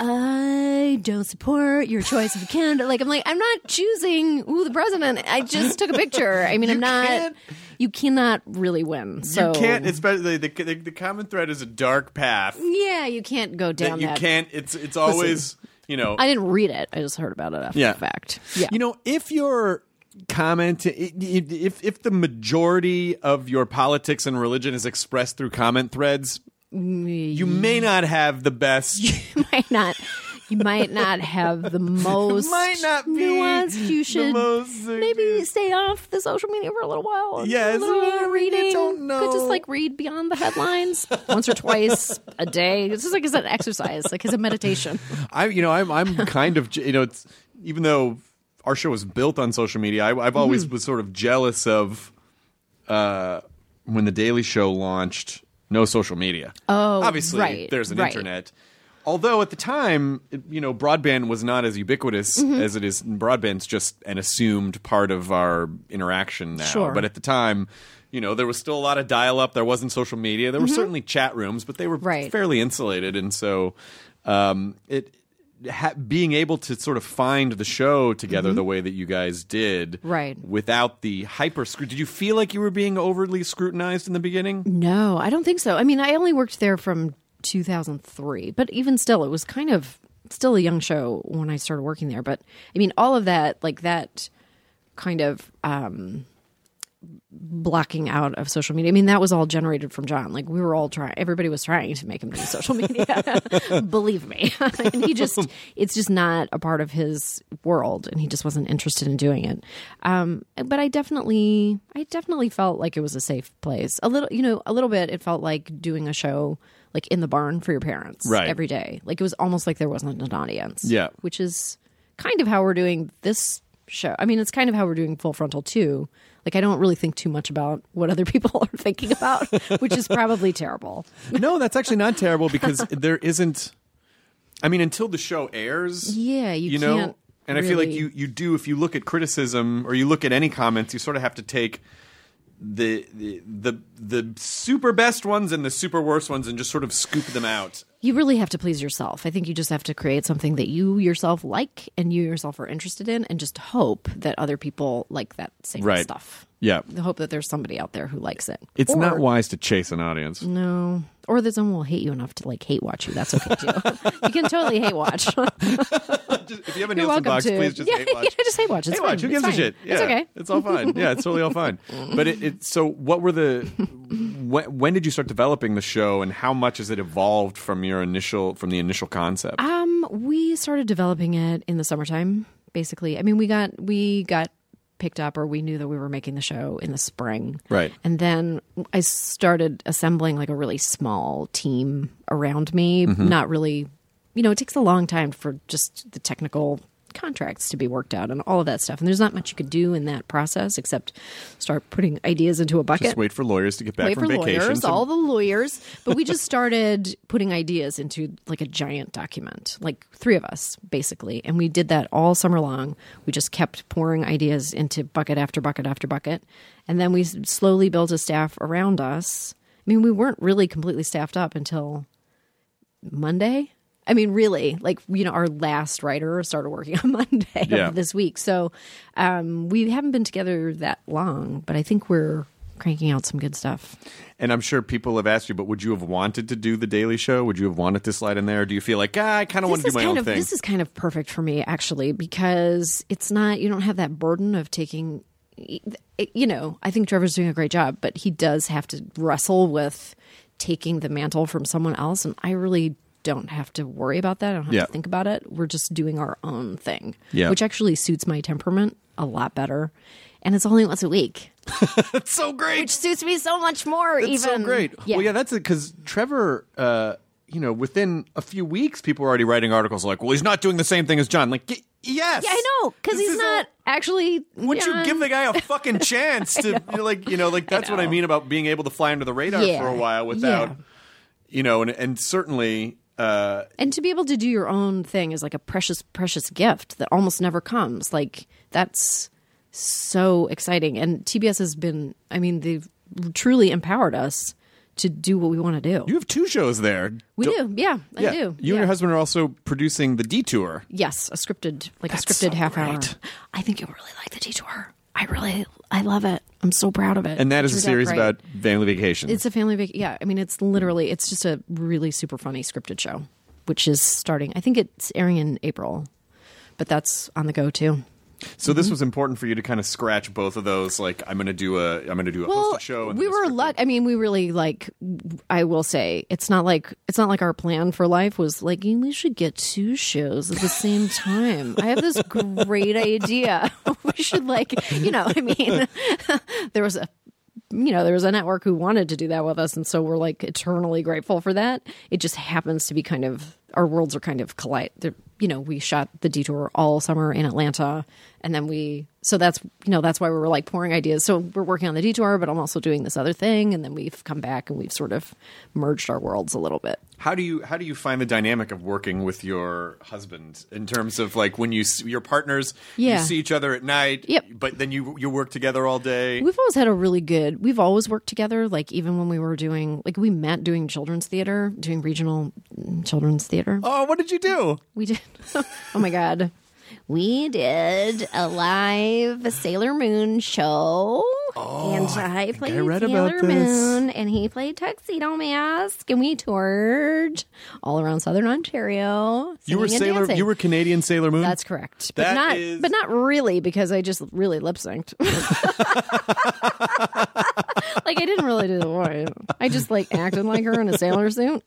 Speaker 5: I don't support your choice of candidate like I'm like I'm not choosing ooh the president I just took a picture I
Speaker 1: [LAUGHS]
Speaker 5: mean I'm not
Speaker 1: can't-
Speaker 5: you cannot really win so
Speaker 1: you can't. It's better. The, the, the common thread is a dark path.
Speaker 5: yeah you can't go down
Speaker 1: that you
Speaker 5: that
Speaker 1: can't. It's it's always you know.
Speaker 5: I didn't read it I just heard about it after
Speaker 1: Yeah.
Speaker 5: the fact yeah
Speaker 1: You know, if your comment, i- i- if if the majority of your politics and religion is expressed through comment threads, you may not have the best.
Speaker 5: Mm. [LAUGHS] you might not you might
Speaker 1: [LAUGHS]
Speaker 5: not have the most
Speaker 1: Might not be
Speaker 5: nuanced. You
Speaker 1: the
Speaker 5: should
Speaker 1: most-
Speaker 5: maybe stay off the social media for a little while. and
Speaker 1: Yes,
Speaker 5: do a little
Speaker 1: I
Speaker 5: bit of reading.
Speaker 1: don't
Speaker 5: Could
Speaker 1: know.
Speaker 5: just like read beyond the headlines once or twice a day. It's just like as an exercise, like as
Speaker 1: [LAUGHS]
Speaker 5: a meditation.
Speaker 1: I, you know, I'm
Speaker 5: [LAUGHS]
Speaker 1: I'm kind of you know, it's
Speaker 5: Mm-hmm.
Speaker 1: even though our show is built on social media, I, I've always was sort of jealous of uh, when the Daily Show launched, no social media. Oh, obviously,
Speaker 5: right,
Speaker 1: there's an
Speaker 5: right.
Speaker 1: internet. Although at the time, it- you know, broadband was not as ubiquitous
Speaker 5: Mm-hmm.
Speaker 1: as it is. Broadband's just an assumed part of our interaction now.
Speaker 5: Sure.
Speaker 1: But at the time, you know, there was still a lot of dial-up. There wasn't social media.
Speaker 5: Mm-hmm.
Speaker 1: There were certainly chat rooms, but they were
Speaker 5: Right.
Speaker 1: fairly insulated, and so um, it ha- being able to sort of find the show together the way that you guys did,
Speaker 5: Mm-hmm. Right.
Speaker 1: Without the hyper scru- did you feel like you were being overly scrutinized in the
Speaker 5: [LAUGHS]
Speaker 1: beginning?
Speaker 5: No, I don't think so. I mean, I only worked there from 2003, but even still, it was kind of still a young show when I started working there. But I mean, all of that, like that kind of um, blocking out of social media, I mean, that was all generated from John. Like, we were all trying, everybody was trying to make him do social media. [LAUGHS] Believe me. [LAUGHS] and he just, it's just not a part of his world and he just wasn't interested in doing it. Um, but I definitely, I definitely felt like it was a safe place. A little, you know, a little bit, it felt like doing a show like in the barn for your parents
Speaker 1: Right.
Speaker 5: every day. Like, it was almost like there wasn't an audience.
Speaker 1: Yeah.
Speaker 5: Which is kind of how we're doing this show. I mean, it's kind of how we're doing Full Frontal too. Like, I don't really think too much about what other [LAUGHS] people are thinking about, which is probably terrible.
Speaker 1: no, that's actually not terrible [LAUGHS] because there isn't. I mean, until the show airs,
Speaker 5: Yeah, you
Speaker 1: know,
Speaker 5: can't
Speaker 1: and I feel like
Speaker 5: really-
Speaker 1: you you do if you look at criticism or you look at any comments, you sort of have to take. The, the the the super best ones and the super worst ones and just sort of scoop them out
Speaker 5: You really have to please yourself. I think you just have to create something that you yourself like and you yourself are interested in, and just hope that other people like that same
Speaker 1: Right.
Speaker 5: stuff.
Speaker 1: yeah
Speaker 5: The hope that there's somebody out there who likes it.
Speaker 1: It's not
Speaker 5: Or-
Speaker 1: wise to chase an [LAUGHS] audience.
Speaker 5: No, or that someone will hate you enough to like hate watch you. That's okay too. [LAUGHS] you can totally hate watch. [LAUGHS]
Speaker 1: if you have a
Speaker 5: You're
Speaker 1: Nielsen
Speaker 5: welcome
Speaker 1: box,
Speaker 5: to.
Speaker 1: please just
Speaker 5: yeah,
Speaker 1: hate watch.
Speaker 5: [LAUGHS] yeah, just hate watch. It's
Speaker 1: hate
Speaker 5: fine.
Speaker 1: watch. Who
Speaker 5: It's
Speaker 1: gives a
Speaker 5: fine.
Speaker 1: shit? Yeah,
Speaker 5: It's okay.
Speaker 1: It's all fine. Yeah, it's totally all
Speaker 5: [LAUGHS]
Speaker 1: fine. But it, it so what were the when, when did you start developing the show and how much has it evolved from your initial from the initial concept?
Speaker 5: Um, we started developing it in the summertime, basically. I mean, we got we got picked up, or we knew that we were making the show in the spring,
Speaker 1: Right.
Speaker 5: And then I started assembling like a really small team around me.
Speaker 1: Mm-hmm.
Speaker 5: Not really, you know, it takes a long time for just the technical contracts to be worked out and all of that stuff. And there's not much you could do in that process except start putting ideas into a bucket
Speaker 1: Just wait for lawyers to get back
Speaker 5: wait
Speaker 1: from
Speaker 5: for
Speaker 1: vacation.
Speaker 5: lawyers,
Speaker 1: so-
Speaker 5: all the lawyers. But we just started putting ideas into like a giant document, like three of us basically, and we did that all summer long. We just kept pouring ideas into bucket after bucket after bucket, and then we s- slowly built a staff around us. I mean, we weren't really completely staffed up until Monday. I mean, really, like you know, our last writer started working [LAUGHS] on Monday
Speaker 1: Yeah.
Speaker 5: of this week, so um, we haven't been together that long, but I think we're cranking out some good stuff.
Speaker 1: and I'm sure people have asked you, but would you have wanted to do the Daily Show? Would you have wanted to slide in there? Or do you feel like ah, I kind of want
Speaker 5: This
Speaker 1: to do
Speaker 5: is
Speaker 1: my
Speaker 5: kind
Speaker 1: own
Speaker 5: of
Speaker 1: thing? [LAUGHS]
Speaker 5: this is kind of perfect for me actually because it's not you don't have that burden of taking you know I think Trevor's doing a great job but he does have to wrestle with taking the mantle from someone else and I really don't have to worry about that I don't have
Speaker 1: Yeah.
Speaker 5: to think about it we're just doing our own thing
Speaker 1: Yeah.
Speaker 5: which actually suits my temperament a lot better and it's only once a week
Speaker 1: That's so great.
Speaker 5: which suits me so much more
Speaker 1: That's
Speaker 5: even
Speaker 1: so great.
Speaker 5: yeah.
Speaker 1: Well, yeah, that's it. Because Trevor, uh, you know, within a few weeks, people were already writing articles like, "Well, he's not doing the same thing as John." Like, y- yes,
Speaker 5: Yeah, I know because
Speaker 1: This
Speaker 5: he's
Speaker 1: is
Speaker 5: not actually
Speaker 1: A, wouldn't you
Speaker 5: John-
Speaker 1: give the guy
Speaker 5: [LAUGHS]
Speaker 1: a fucking chance to you know, like, you know, like that's what I
Speaker 5: know.
Speaker 1: mean about being able to fly under the radar
Speaker 5: Yeah.
Speaker 1: for a while without,
Speaker 5: Yeah.
Speaker 1: you know, and and certainly. Uh,
Speaker 5: and to be able to do your own thing is like a precious precious gift that almost never comes like that's so exciting and tbs has been i mean they've truly empowered us to do what we want to do
Speaker 1: you have two shows there.
Speaker 5: we
Speaker 1: Don't-
Speaker 5: do yeah i
Speaker 1: yeah.
Speaker 5: do
Speaker 1: You
Speaker 5: yeah.
Speaker 1: and your husband are also producing the Detour.
Speaker 5: yes a scripted like
Speaker 1: That's
Speaker 5: a scripted
Speaker 1: so
Speaker 5: half
Speaker 1: great.
Speaker 5: hour i think you'll really like the detour i really i love it i'm so proud of it
Speaker 1: And that is
Speaker 5: It
Speaker 1: a
Speaker 5: turned out
Speaker 1: series
Speaker 5: great.
Speaker 1: about family vacation.
Speaker 5: It's a family vac Yeah, I mean, it's literally it's just a really super funny scripted show, which is starting. I think it's airing in April, but that's on the go too.
Speaker 1: So
Speaker 5: Mm-hmm.
Speaker 1: this was important for you to kind of scratch both of those. Like I'm going to do a I'm going to do a hosted show. And
Speaker 5: we
Speaker 1: then a
Speaker 5: were
Speaker 1: scripted.
Speaker 5: luck. I mean, we really like. I will say, it's not like it's not like our plan for life was like we should get two shows at the same time. I have this great idea. [LAUGHS] we should like, you know, I mean, [LAUGHS] there was a. You know, there was a network who wanted to do that with us, and so we're like eternally grateful for that. It just happens to be kind of our worlds are kind of collide. They're, you know, we shot the detour all summer in Atlanta, and then we so that's you know that's why we were like pouring ideas so we're working on the detour but i'm also doing this other thing and then we've come back and we've sort of merged our worlds a little bit
Speaker 1: How do you how do you find the dynamic of working with your husband in terms of like when you s- your partners
Speaker 5: Yeah.
Speaker 1: you see each other at night
Speaker 5: Yep.
Speaker 1: but then you you work together all day
Speaker 5: We've always had a really good. We've always worked together. Like even when we were doing, like we met doing children's theater, doing regional mm, children's theater.
Speaker 1: Oh, what did you do?
Speaker 5: We did. [LAUGHS] oh my god, we did a live Sailor Moon show, and I played
Speaker 1: Oh, read
Speaker 5: Sailor
Speaker 1: about this.
Speaker 5: Moon, and he played Tuxedo Mask, and we toured all around Southern Ontario.
Speaker 1: You were
Speaker 5: singing and
Speaker 1: Sailor
Speaker 5: dancing.
Speaker 1: you were Canadian Sailor Moon?
Speaker 5: That's correct.
Speaker 1: That
Speaker 5: but not
Speaker 1: is-
Speaker 5: but not really because I just really lip
Speaker 1: [LAUGHS]
Speaker 5: synced. [LAUGHS] like I didn't really do the voice. I just like acted like her in a sailor suit.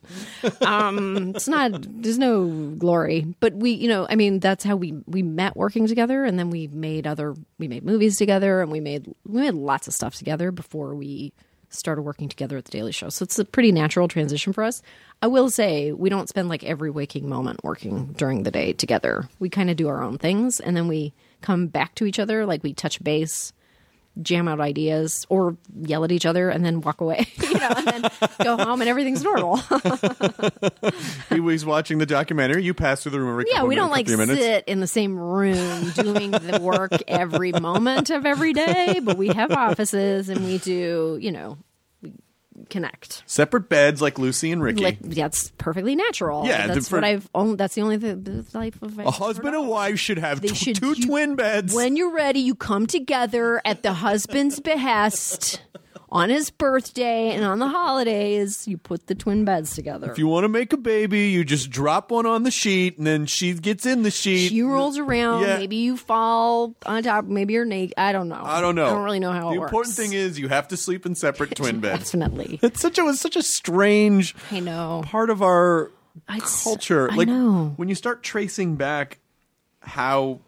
Speaker 5: Um it's not there's no glory. But we you know, I mean that's how we we met working together and then we made other we made movies together and we made we made lots of stuff together before we started working together at the Daily Show. So it's a pretty natural transition for us. I will say we don't spend like every waking moment working during the day together. We kind of do our own things and then we come back to each other, like we touch base, jam out ideas, or yell at each other and then walk away. [LAUGHS] you know, and then go home and everything's normal.
Speaker 1: he was watching the documentary. You passed through the room every
Speaker 5: yeah,
Speaker 1: couple
Speaker 5: we
Speaker 1: minutes,
Speaker 5: don't like
Speaker 1: couple of minutes.
Speaker 5: sit in the same
Speaker 1: [LAUGHS]
Speaker 5: room doing the work every moment of every day, but we have offices and we do, you know, we connect.
Speaker 1: separate beds like Lucy and Ricky.
Speaker 5: Like that's perfectly natural.
Speaker 1: Yeah,
Speaker 5: that's
Speaker 1: the- for-
Speaker 5: what I've. Only, that's the only thing. The life of
Speaker 1: Oh, a husband and wife should have
Speaker 5: They
Speaker 1: tw-
Speaker 5: should-
Speaker 1: two
Speaker 5: you-
Speaker 1: twin beds.
Speaker 5: When you're ready, you come together at the husband's behest on his birthday and on the holidays. You put the twin beds together.
Speaker 1: if you want to make a baby, you just drop one on the sheet, and then she gets in the sheet.
Speaker 5: She rolls around.
Speaker 1: Yeah.
Speaker 5: Maybe you fall on top. Maybe you're naked. I don't know.
Speaker 1: I don't know.
Speaker 5: I don't really know how
Speaker 1: The
Speaker 5: it works.
Speaker 1: important thing is you have to sleep in
Speaker 5: [LAUGHS]
Speaker 1: separate twin beds. [LAUGHS]
Speaker 5: definitely.
Speaker 1: It's such a it's such a strange
Speaker 5: I know.
Speaker 1: part of our
Speaker 5: It's-
Speaker 1: culture.
Speaker 5: I
Speaker 1: like
Speaker 5: know.
Speaker 1: when you start tracing back how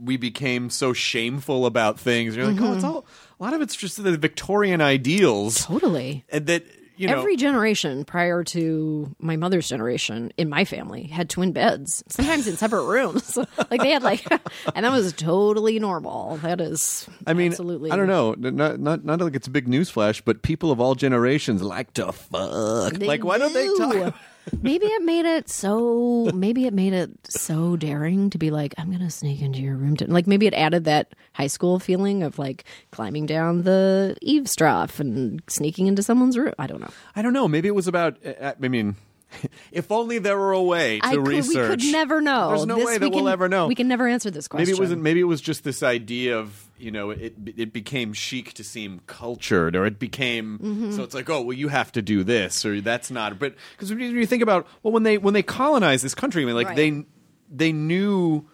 Speaker 1: we became so shameful about things, you're like, oh,
Speaker 5: Mm-hmm.
Speaker 1: it's all a lot of it's just the Victorian ideals
Speaker 5: Totally.
Speaker 1: and that you know.
Speaker 5: Every generation prior to my mother's generation in my family had twin beds, sometimes in separate rooms. [LAUGHS] like they had like, and that was totally normal. That is,
Speaker 1: I mean,
Speaker 5: absolutely.
Speaker 1: I don't know. N- Not not not like it's a big newsflash, but people of all generations like to fuck.
Speaker 5: They
Speaker 1: like, why don't they
Speaker 5: do.
Speaker 1: talk? [LAUGHS]
Speaker 5: maybe it made it so. Maybe it made it so daring to be like, I'm gonna sneak into your room. To, like maybe it added that high school feeling of like climbing down the eavesdrop and sneaking into someone's room. I don't know.
Speaker 1: I don't know. Maybe it was about. I I mean, [LAUGHS] if only there were a way to
Speaker 5: I could,
Speaker 1: research.
Speaker 5: we could never know.
Speaker 1: There's no
Speaker 5: This
Speaker 1: way
Speaker 5: we
Speaker 1: that we'll
Speaker 5: can-
Speaker 1: ever know.
Speaker 5: We can never answer this question.
Speaker 1: Maybe it wasn't. Maybe it was just this idea of you know it it became chic to seem cultured, or it became
Speaker 5: Mm-hmm.
Speaker 1: so it's like oh well you have to do this or that's not. But because when you- you think about well when they when they colonized this country, I mean like
Speaker 5: Right.
Speaker 1: they they knew.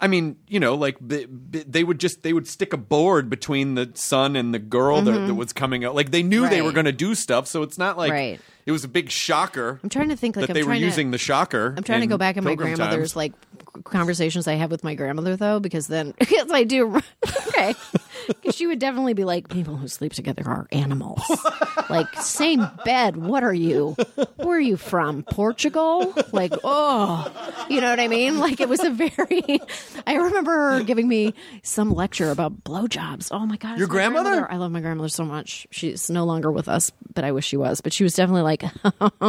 Speaker 1: I mean, you know, like they, they would just they would stick a board between the son and the girl that, that was coming out. Like they knew they were
Speaker 5: Mm-hmm. Right.
Speaker 1: going to do stuff, so it's not like
Speaker 5: Right.
Speaker 1: it was a big shocker.
Speaker 5: I'm trying to think. Like
Speaker 1: that
Speaker 5: I'm
Speaker 1: they were
Speaker 5: trying to-
Speaker 1: using the shocker.
Speaker 5: I'm trying to go back in my
Speaker 1: Pilgrim
Speaker 5: grandmother's
Speaker 1: times.
Speaker 5: like conversations I have with my grandmother though, because then [LAUGHS] because I do okay, because she would definitely be like, people who sleep together are
Speaker 1: [LAUGHS]
Speaker 5: animals. like same bed. What are you? Where are you from? Portugal? Like oh, you know what I mean? Like it was a very. I remember her giving me some lecture about blowjobs. Oh my god,
Speaker 1: Your
Speaker 5: my
Speaker 1: grandmother?
Speaker 5: I love my grandmother so much. She's no longer with us, but I wish she was. But she was definitely like, [LAUGHS]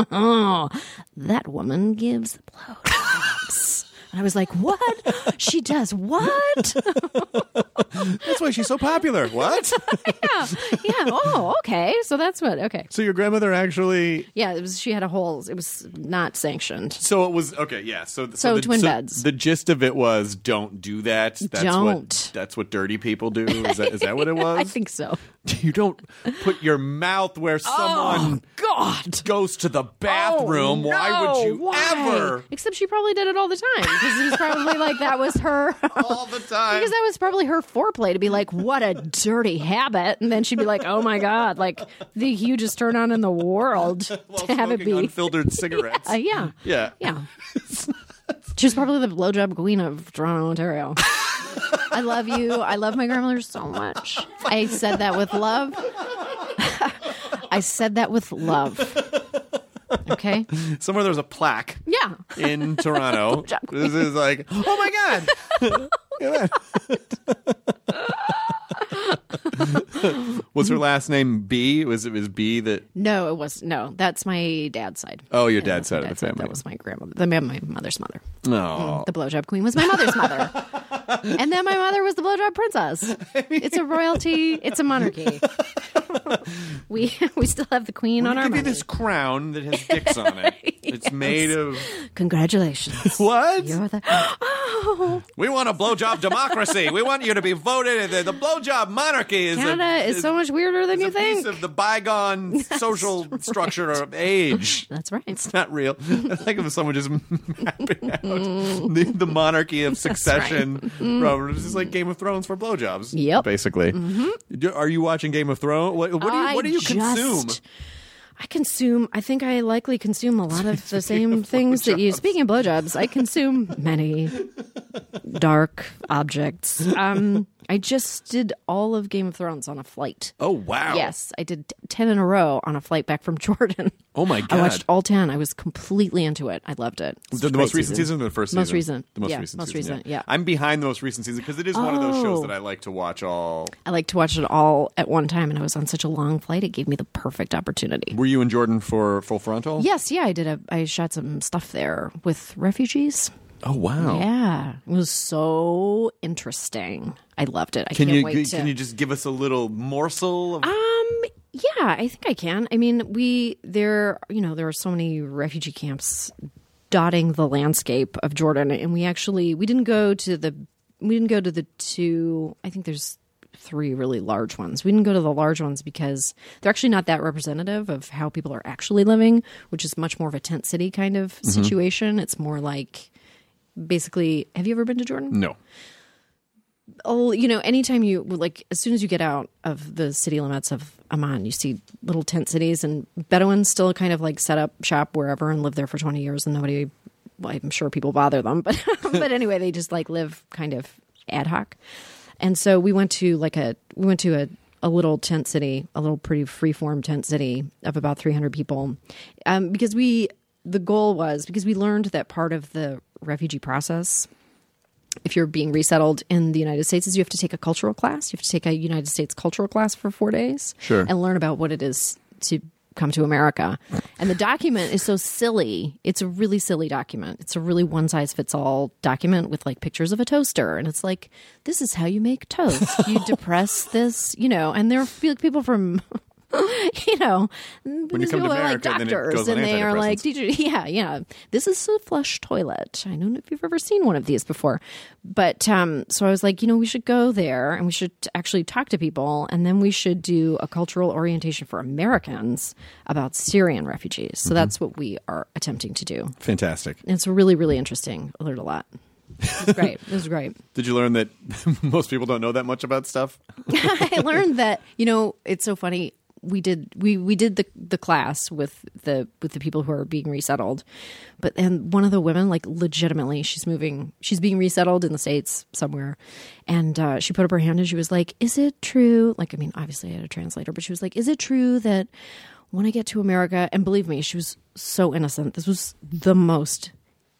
Speaker 5: that woman gives blowjobs. And I was like, what? She does what? [LAUGHS]
Speaker 1: That's why she's so popular. What?
Speaker 5: yeah. Yeah. Oh, okay. So that's what. Okay.
Speaker 1: So your grandmother actually.
Speaker 5: Yeah. It was, she had a whole, it was not sanctioned.
Speaker 1: So it was okay. Yeah. So so,
Speaker 5: So
Speaker 1: the,
Speaker 5: twin beds.
Speaker 1: The gist of it was don't do that. That's What,
Speaker 5: Don't.
Speaker 1: that's what dirty people do. Is that is that
Speaker 5: [LAUGHS]
Speaker 1: what it was?
Speaker 5: I think Oh. so.
Speaker 1: [LAUGHS] you don't put your mouth where someone
Speaker 5: God.
Speaker 1: goes to the bathroom.
Speaker 5: Oh,
Speaker 1: Why would
Speaker 5: no,
Speaker 1: you
Speaker 5: why? [LAUGHS]
Speaker 1: ever?
Speaker 5: Except she probably did it all the time because it was probably like that was her. [LAUGHS]
Speaker 1: All the time.
Speaker 5: Because that was probably her foreplay to be like, what a dirty habit. And then she'd be like, oh my God, like the hugest turn on in the world [LAUGHS]
Speaker 1: While
Speaker 5: to have it
Speaker 1: smoking
Speaker 5: be.
Speaker 1: unfiltered cigarettes.
Speaker 5: [LAUGHS] Uh, yeah.
Speaker 1: yeah.
Speaker 5: [LAUGHS] Yeah. She's probably the blowjob queen of Toronto, Ontario. [LAUGHS] I love you. I love my grandmother so much. I said that with love. [LAUGHS] I said that with love. Okay?
Speaker 1: Somewhere there's a plaque
Speaker 5: [LAUGHS] Yeah. [LAUGHS]
Speaker 1: in Toronto. this is like, oh my god. Was her last name B? Was it was B that?
Speaker 5: No, it was no. That's my dad's side.
Speaker 1: Oh, your
Speaker 5: Yeah,
Speaker 1: dad's
Speaker 5: that's my
Speaker 1: side of the
Speaker 5: side.
Speaker 1: family. Oh.
Speaker 5: That was my grandmother. The, my mother's mother.
Speaker 1: No.
Speaker 5: The blowjob queen was my
Speaker 1: [LAUGHS]
Speaker 5: mother's mother, and then my mother was the blowjob princess. It's a royalty. It's
Speaker 1: [LAUGHS]
Speaker 5: a monarchy. we [LAUGHS] we still have the queen on
Speaker 1: Give
Speaker 5: our.
Speaker 1: you
Speaker 5: Money.
Speaker 1: this crown that has dicks on
Speaker 5: [LAUGHS]
Speaker 1: it. It's made of
Speaker 5: Congratulations.
Speaker 1: what?
Speaker 5: [LAUGHS] You're the
Speaker 1: We want a blowjob democracy. we want you to be voted. The, the blowjob monarchy is
Speaker 5: Canada
Speaker 1: a,
Speaker 5: is so much weirder than
Speaker 1: is
Speaker 5: you
Speaker 1: a piece
Speaker 5: think.
Speaker 1: of the
Speaker 5: [LAUGHS]
Speaker 1: bygone social structure of age.
Speaker 5: That's right.
Speaker 1: not real. [LAUGHS] I think of someone just [LAUGHS] mapping out the, the monarchy
Speaker 5: [LAUGHS]
Speaker 1: of succession. Robert, it's just like Game of Thrones for blowjobs.
Speaker 5: Mm-hmm. Yep. Mm-hmm.
Speaker 1: basically. Do- Are you watching Game of Thrones? What, what do you, what do you
Speaker 5: I
Speaker 1: consume?
Speaker 5: just- I consume. I think I likely consume a lot
Speaker 1: [LAUGHS]
Speaker 5: of the same things that you. Speaking of blowjobs, I consume many dark objects. Um, I just did all of Game of Thrones on a flight.
Speaker 1: Oh wow!
Speaker 5: Yes, I did t- ten in a row on a flight back from [LAUGHS] Jordan.
Speaker 1: Oh my
Speaker 5: I watched
Speaker 1: God.
Speaker 5: all ten. I was completely into it. I loved it. It's
Speaker 1: The,
Speaker 5: a
Speaker 1: the
Speaker 5: great
Speaker 1: most recent season, or the first season?
Speaker 5: Most recent.
Speaker 1: The most
Speaker 5: Yeah,
Speaker 1: recent
Speaker 5: most
Speaker 1: season.
Speaker 5: recent, yeah.
Speaker 1: I'm behind the most recent season because it is one of those shows
Speaker 5: Oh.
Speaker 1: that I like to watch all.
Speaker 5: I like to watch it all at one time, and I was on such a long flight. It gave me the perfect opportunity.
Speaker 1: Were you in Jordan for Full Frontal?
Speaker 5: Yes, yeah, I did. A, I shot some stuff there with refugees.
Speaker 1: Oh wow.
Speaker 5: Yeah, it was so interesting. I loved it. I
Speaker 1: Can
Speaker 5: not
Speaker 1: you
Speaker 5: wait to.
Speaker 1: can you just give us a little morsel of
Speaker 5: um, yeah, I think I can. I mean, we there. You know, there are so many refugee camps dotting the landscape of Jordan, and we actually we didn't go to the we didn't go to the two. I think there's three really large ones. We didn't go to the large ones because they're actually not that representative of how people are actually living, which is much more of a tent city kind of situation. It's more like basically have you ever been to Jordan?
Speaker 1: no?
Speaker 5: oh, you know, anytime you like, as soon as you get out of the city limits of Amman, you see little tent cities, and Bedouins still kind of like set up shop wherever and live there for twenty years, and nobody, well, I'm sure people bother them, [LAUGHS] but but anyway, they just like live kind of ad hoc, and so we went to like a we went to a a little tent city, a little pretty freeform tent city of about 300 people, um, because we the goal was because we learned that part of the refugee process if you're being resettled in the United States is you have to take a cultural class. You have to take a United States cultural class for four days,
Speaker 1: Sure.
Speaker 5: and learn about what it is to come to America. And the document is so silly. It's a really silly document. It's a really one size fits all document with like pictures of a toaster, and it's like this is how you make toast. You depress this, you know. And there are fe- people from. [LAUGHS] You know, when
Speaker 1: come to America,
Speaker 5: like
Speaker 1: then it
Speaker 5: doctors,
Speaker 1: goes on
Speaker 5: and they are
Speaker 1: antidepressants.
Speaker 5: like, did you, [LAUGHS] yeah, yeah. This is a flush toilet. I don't know if you've ever seen one of these before, but um, so I was like, you know, we should go there and we should actually talk to people, and then we should do a cultural orientation for Americans about Syrian refugees.
Speaker 1: Mm-hmm.
Speaker 5: So that's what we are attempting to do.
Speaker 1: Fantastic.
Speaker 5: And it's really, really interesting. I learned a lot. It was great. It was great.
Speaker 1: Did you learn that [LAUGHS] most people don't know that much about stuff?
Speaker 5: [LAUGHS] I learned that you know it's so funny. We did we we did the the class with the with the people who are being resettled, but and one of the women like legitimately she's moving she's being resettled in the states somewhere, and uh, she put up her hand and she was like, "Is it true?" Like I mean, obviously I had a translator, but she was like, "Is it true that when I get to America?" And believe me, she was so innocent. This was the most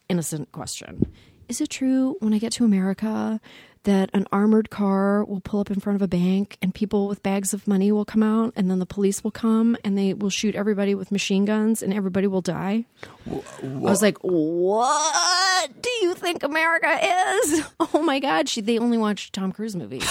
Speaker 5: innocent question. Is it true when I get to America that an armored car will pull up in front of a bank and people with bags of money will come out and then the police will come and they will shoot everybody with machine guns and everybody will die? I was like, "What do you think America is?" [LAUGHS] Oh my god, she they only watch Tom
Speaker 1: [LAUGHS]
Speaker 5: Cruise movies.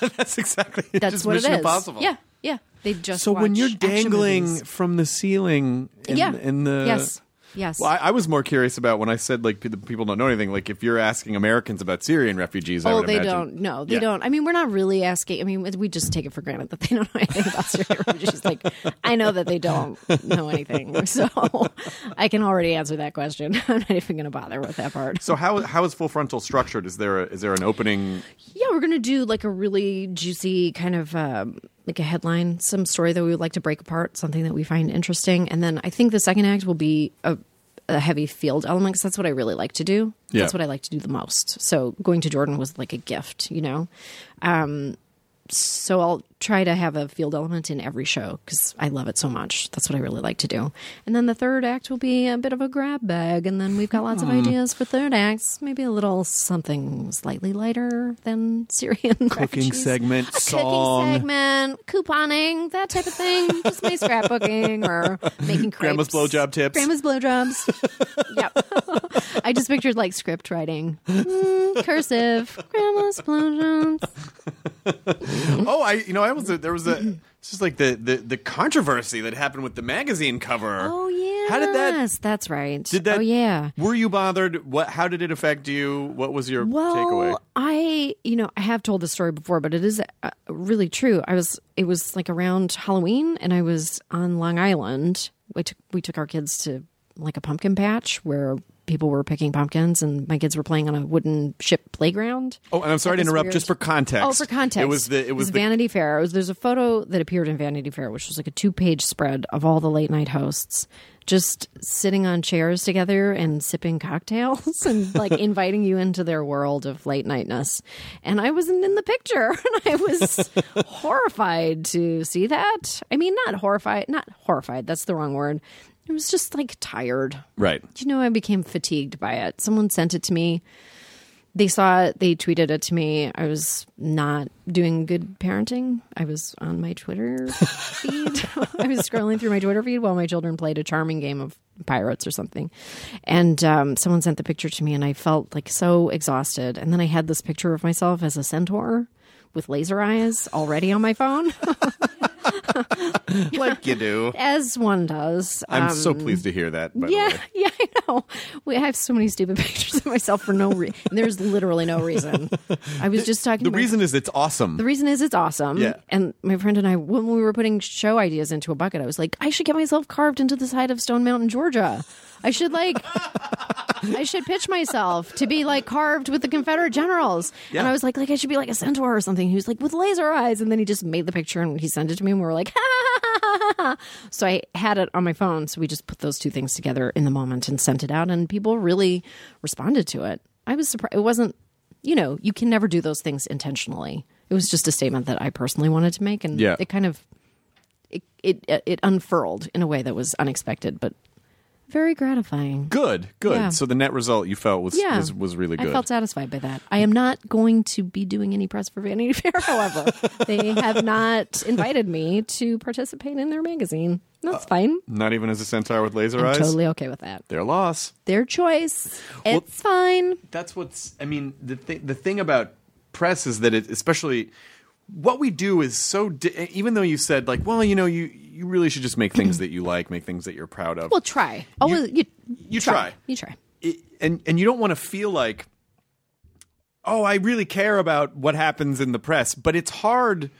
Speaker 1: That's exactly
Speaker 5: That's
Speaker 1: just
Speaker 5: what
Speaker 1: Mission
Speaker 5: it is.
Speaker 1: Impossible.
Speaker 5: Yeah. Yeah. They just
Speaker 1: So when
Speaker 5: watch
Speaker 1: you're
Speaker 5: action
Speaker 1: dangling
Speaker 5: movies.
Speaker 1: from the ceiling, in,
Speaker 5: yeah.
Speaker 1: in the
Speaker 5: Yes. Yes.
Speaker 1: Well, I, I was more curious about when I said like pe- the people don't know anything. Like if you're asking Americans about Syrian refugees, I
Speaker 5: Oh,
Speaker 1: would
Speaker 5: they
Speaker 1: imagine.
Speaker 5: don't. No, they
Speaker 1: Yeah.
Speaker 5: don't. I mean, we're not really asking. I mean, we just take it for granted that they don't know anything about Syria. We're just like, I know that they don't know anything, [LAUGHS] so I can already answer that question. [LAUGHS] I'm not even going to bother with that part.
Speaker 1: So how how is full frontal structured? Is there a, is there an opening?
Speaker 5: Yeah, we're going to do like a really juicy kind of um, like a headline, some story that we would like to break apart, something that we find interesting, and then I think the second act will be a. A heavy field element because that's what I really like to do.
Speaker 1: Yeah.
Speaker 5: That's what I like to do the most. So going to Jordan was like a gift, you know. so I'll try to have a field element in every show because I love it so much. That's what I really like to do. And then the third act will be a bit of a grab bag, and then we've got lots
Speaker 1: Hmm.
Speaker 5: of ideas for third acts. Maybe a little something slightly lighter than [LAUGHS] Syrian
Speaker 1: Cooking
Speaker 5: refugees.
Speaker 1: segment,
Speaker 5: a
Speaker 1: song.
Speaker 5: cooking segment, couponing, that type of thing. Just my scrapbooking or
Speaker 1: [LAUGHS]
Speaker 5: making
Speaker 1: Grandma's
Speaker 5: crepes.
Speaker 1: blowjob tips. [LAUGHS]
Speaker 5: Grandma's blowjobs. yep. [LAUGHS] I just pictured like script writing, Mm, cursive. Grandma's blowjobs.
Speaker 1: Oh, I you know I was a, there was a it's just like the, the the controversy that happened with the magazine cover.
Speaker 5: Oh yeah.
Speaker 1: How did that?
Speaker 5: That's right.
Speaker 1: Did that?
Speaker 5: Oh yeah.
Speaker 1: Were you bothered? What? How did it affect you? What was your
Speaker 5: Well,
Speaker 1: takeaway?
Speaker 5: I you know I have told this story before, but it is uh, really true. I was it was like around Halloween, and I was on Long Island. We took we took our kids to like a pumpkin patch where people were picking pumpkins, and my kids were playing on a wooden ship playground.
Speaker 1: Oh, and I'm sorry to
Speaker 5: That was
Speaker 1: interrupt.
Speaker 5: weird.
Speaker 1: Just for context.
Speaker 5: Oh, for context,
Speaker 1: It was the it was the
Speaker 5: Vanity Fair. It was there's a photo that appeared in Vanity Fair, which was like a two page spread of all the late night hosts just sitting on chairs together and sipping cocktails [LAUGHS]
Speaker 1: [LAUGHS]
Speaker 5: and like inviting you into their world of late nightness. And I wasn't in the picture, [LAUGHS] and I was horrified to see that. I mean, not horrified, not horrified. That's the wrong word. It was just like tired. [LAUGHS]
Speaker 1: right.
Speaker 5: Do you know I became fatigued by it? Someone sent it to me. They saw it, they tweeted it to me. I was not doing good parenting. I was on my Twitter feed. [LAUGHS] I was scrolling through my Twitter feed while my children played a charming game of pirates or something. And um, someone sent the picture to me, and I felt like so exhausted. And then I had this picture of myself as a centaur with laser eyes already on my phone, [LAUGHS]
Speaker 1: Like you do.
Speaker 5: as one does.
Speaker 1: [LAUGHS] I'm so pleased to hear that. By
Speaker 5: Um, Yeah,
Speaker 1: the way.
Speaker 5: [LAUGHS] yeah, I know. We, I have so many stupid [LAUGHS] pictures of myself for no reason. There's literally no reason. I was just talking.
Speaker 1: The
Speaker 5: to my-
Speaker 1: reason is it's awesome.
Speaker 5: the reason is it's awesome.
Speaker 1: Yeah.
Speaker 5: And my friend and I, when we were putting show ideas into a bucket, I was like, I should get myself carved into the side of Stone Mountain, Georgia. I should like, I should pitch myself to be like carved with the Confederate generals. And
Speaker 1: Yeah.
Speaker 5: I was like, like I should be like a centaur or something. He was like with laser eyes, and then he just made the picture and he sent it to me, and we were like, [LAUGHS] so I had it on my phone. So we just put those two things together in the moment and sent it out, and people really responded to it. I was surprised. It wasn't, you know, you can never do those things intentionally. It was just a statement that I personally wanted to make, and
Speaker 1: Yeah.
Speaker 5: it kind of it, it it unfurled in a way that was unexpected, but very gratifying.
Speaker 1: good, good.
Speaker 5: Yeah.
Speaker 1: So the net result you felt was
Speaker 5: Yeah,
Speaker 1: was, was really good.
Speaker 5: I felt satisfied by that. I am not going to be doing any press for Vanity [LAUGHS] Fair, however. they have not invited me to participate in their magazine.
Speaker 1: Uh,
Speaker 5: That's fine.
Speaker 1: Not even as a centaur with laser
Speaker 5: I'm
Speaker 1: eyes.
Speaker 5: totally okay with that.
Speaker 1: Their loss.
Speaker 5: Their choice. It's fine.
Speaker 1: that's what's i mean the, th- the thing about press is that it especially what we do is so di- even though you said like well you know you you really should just make
Speaker 5: [CLEARS THROAT]
Speaker 1: things that you like make things that you're proud of
Speaker 5: Well, try. Always you.
Speaker 1: you try,
Speaker 5: You try.
Speaker 1: It- and and you don't want to feel like oh i really care about what happens in the press but it's hard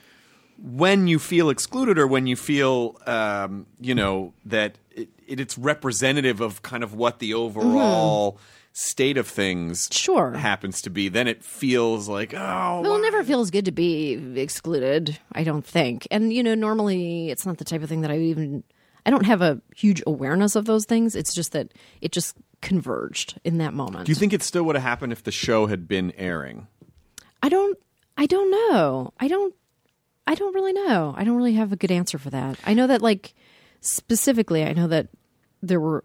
Speaker 1: when you feel excluded or when you feel um, you know that it, it, it's representative of kind of what the overall state of things
Speaker 5: Mm-hmm. Sure.
Speaker 1: happens to be then it feels like oh
Speaker 5: Well,
Speaker 1: why-
Speaker 5: it never feels good to be excluded, I don't think. And, you know, normally it's not the type of thing that I even, I don't have a huge awareness of those things. It's just that it just converged in that moment.
Speaker 1: do you think it still would have happened if the show had been airing
Speaker 5: I don't, I don't know. I don't, I don't really know. I don't really have a good answer for that. I know that, like, specifically, I know that there were,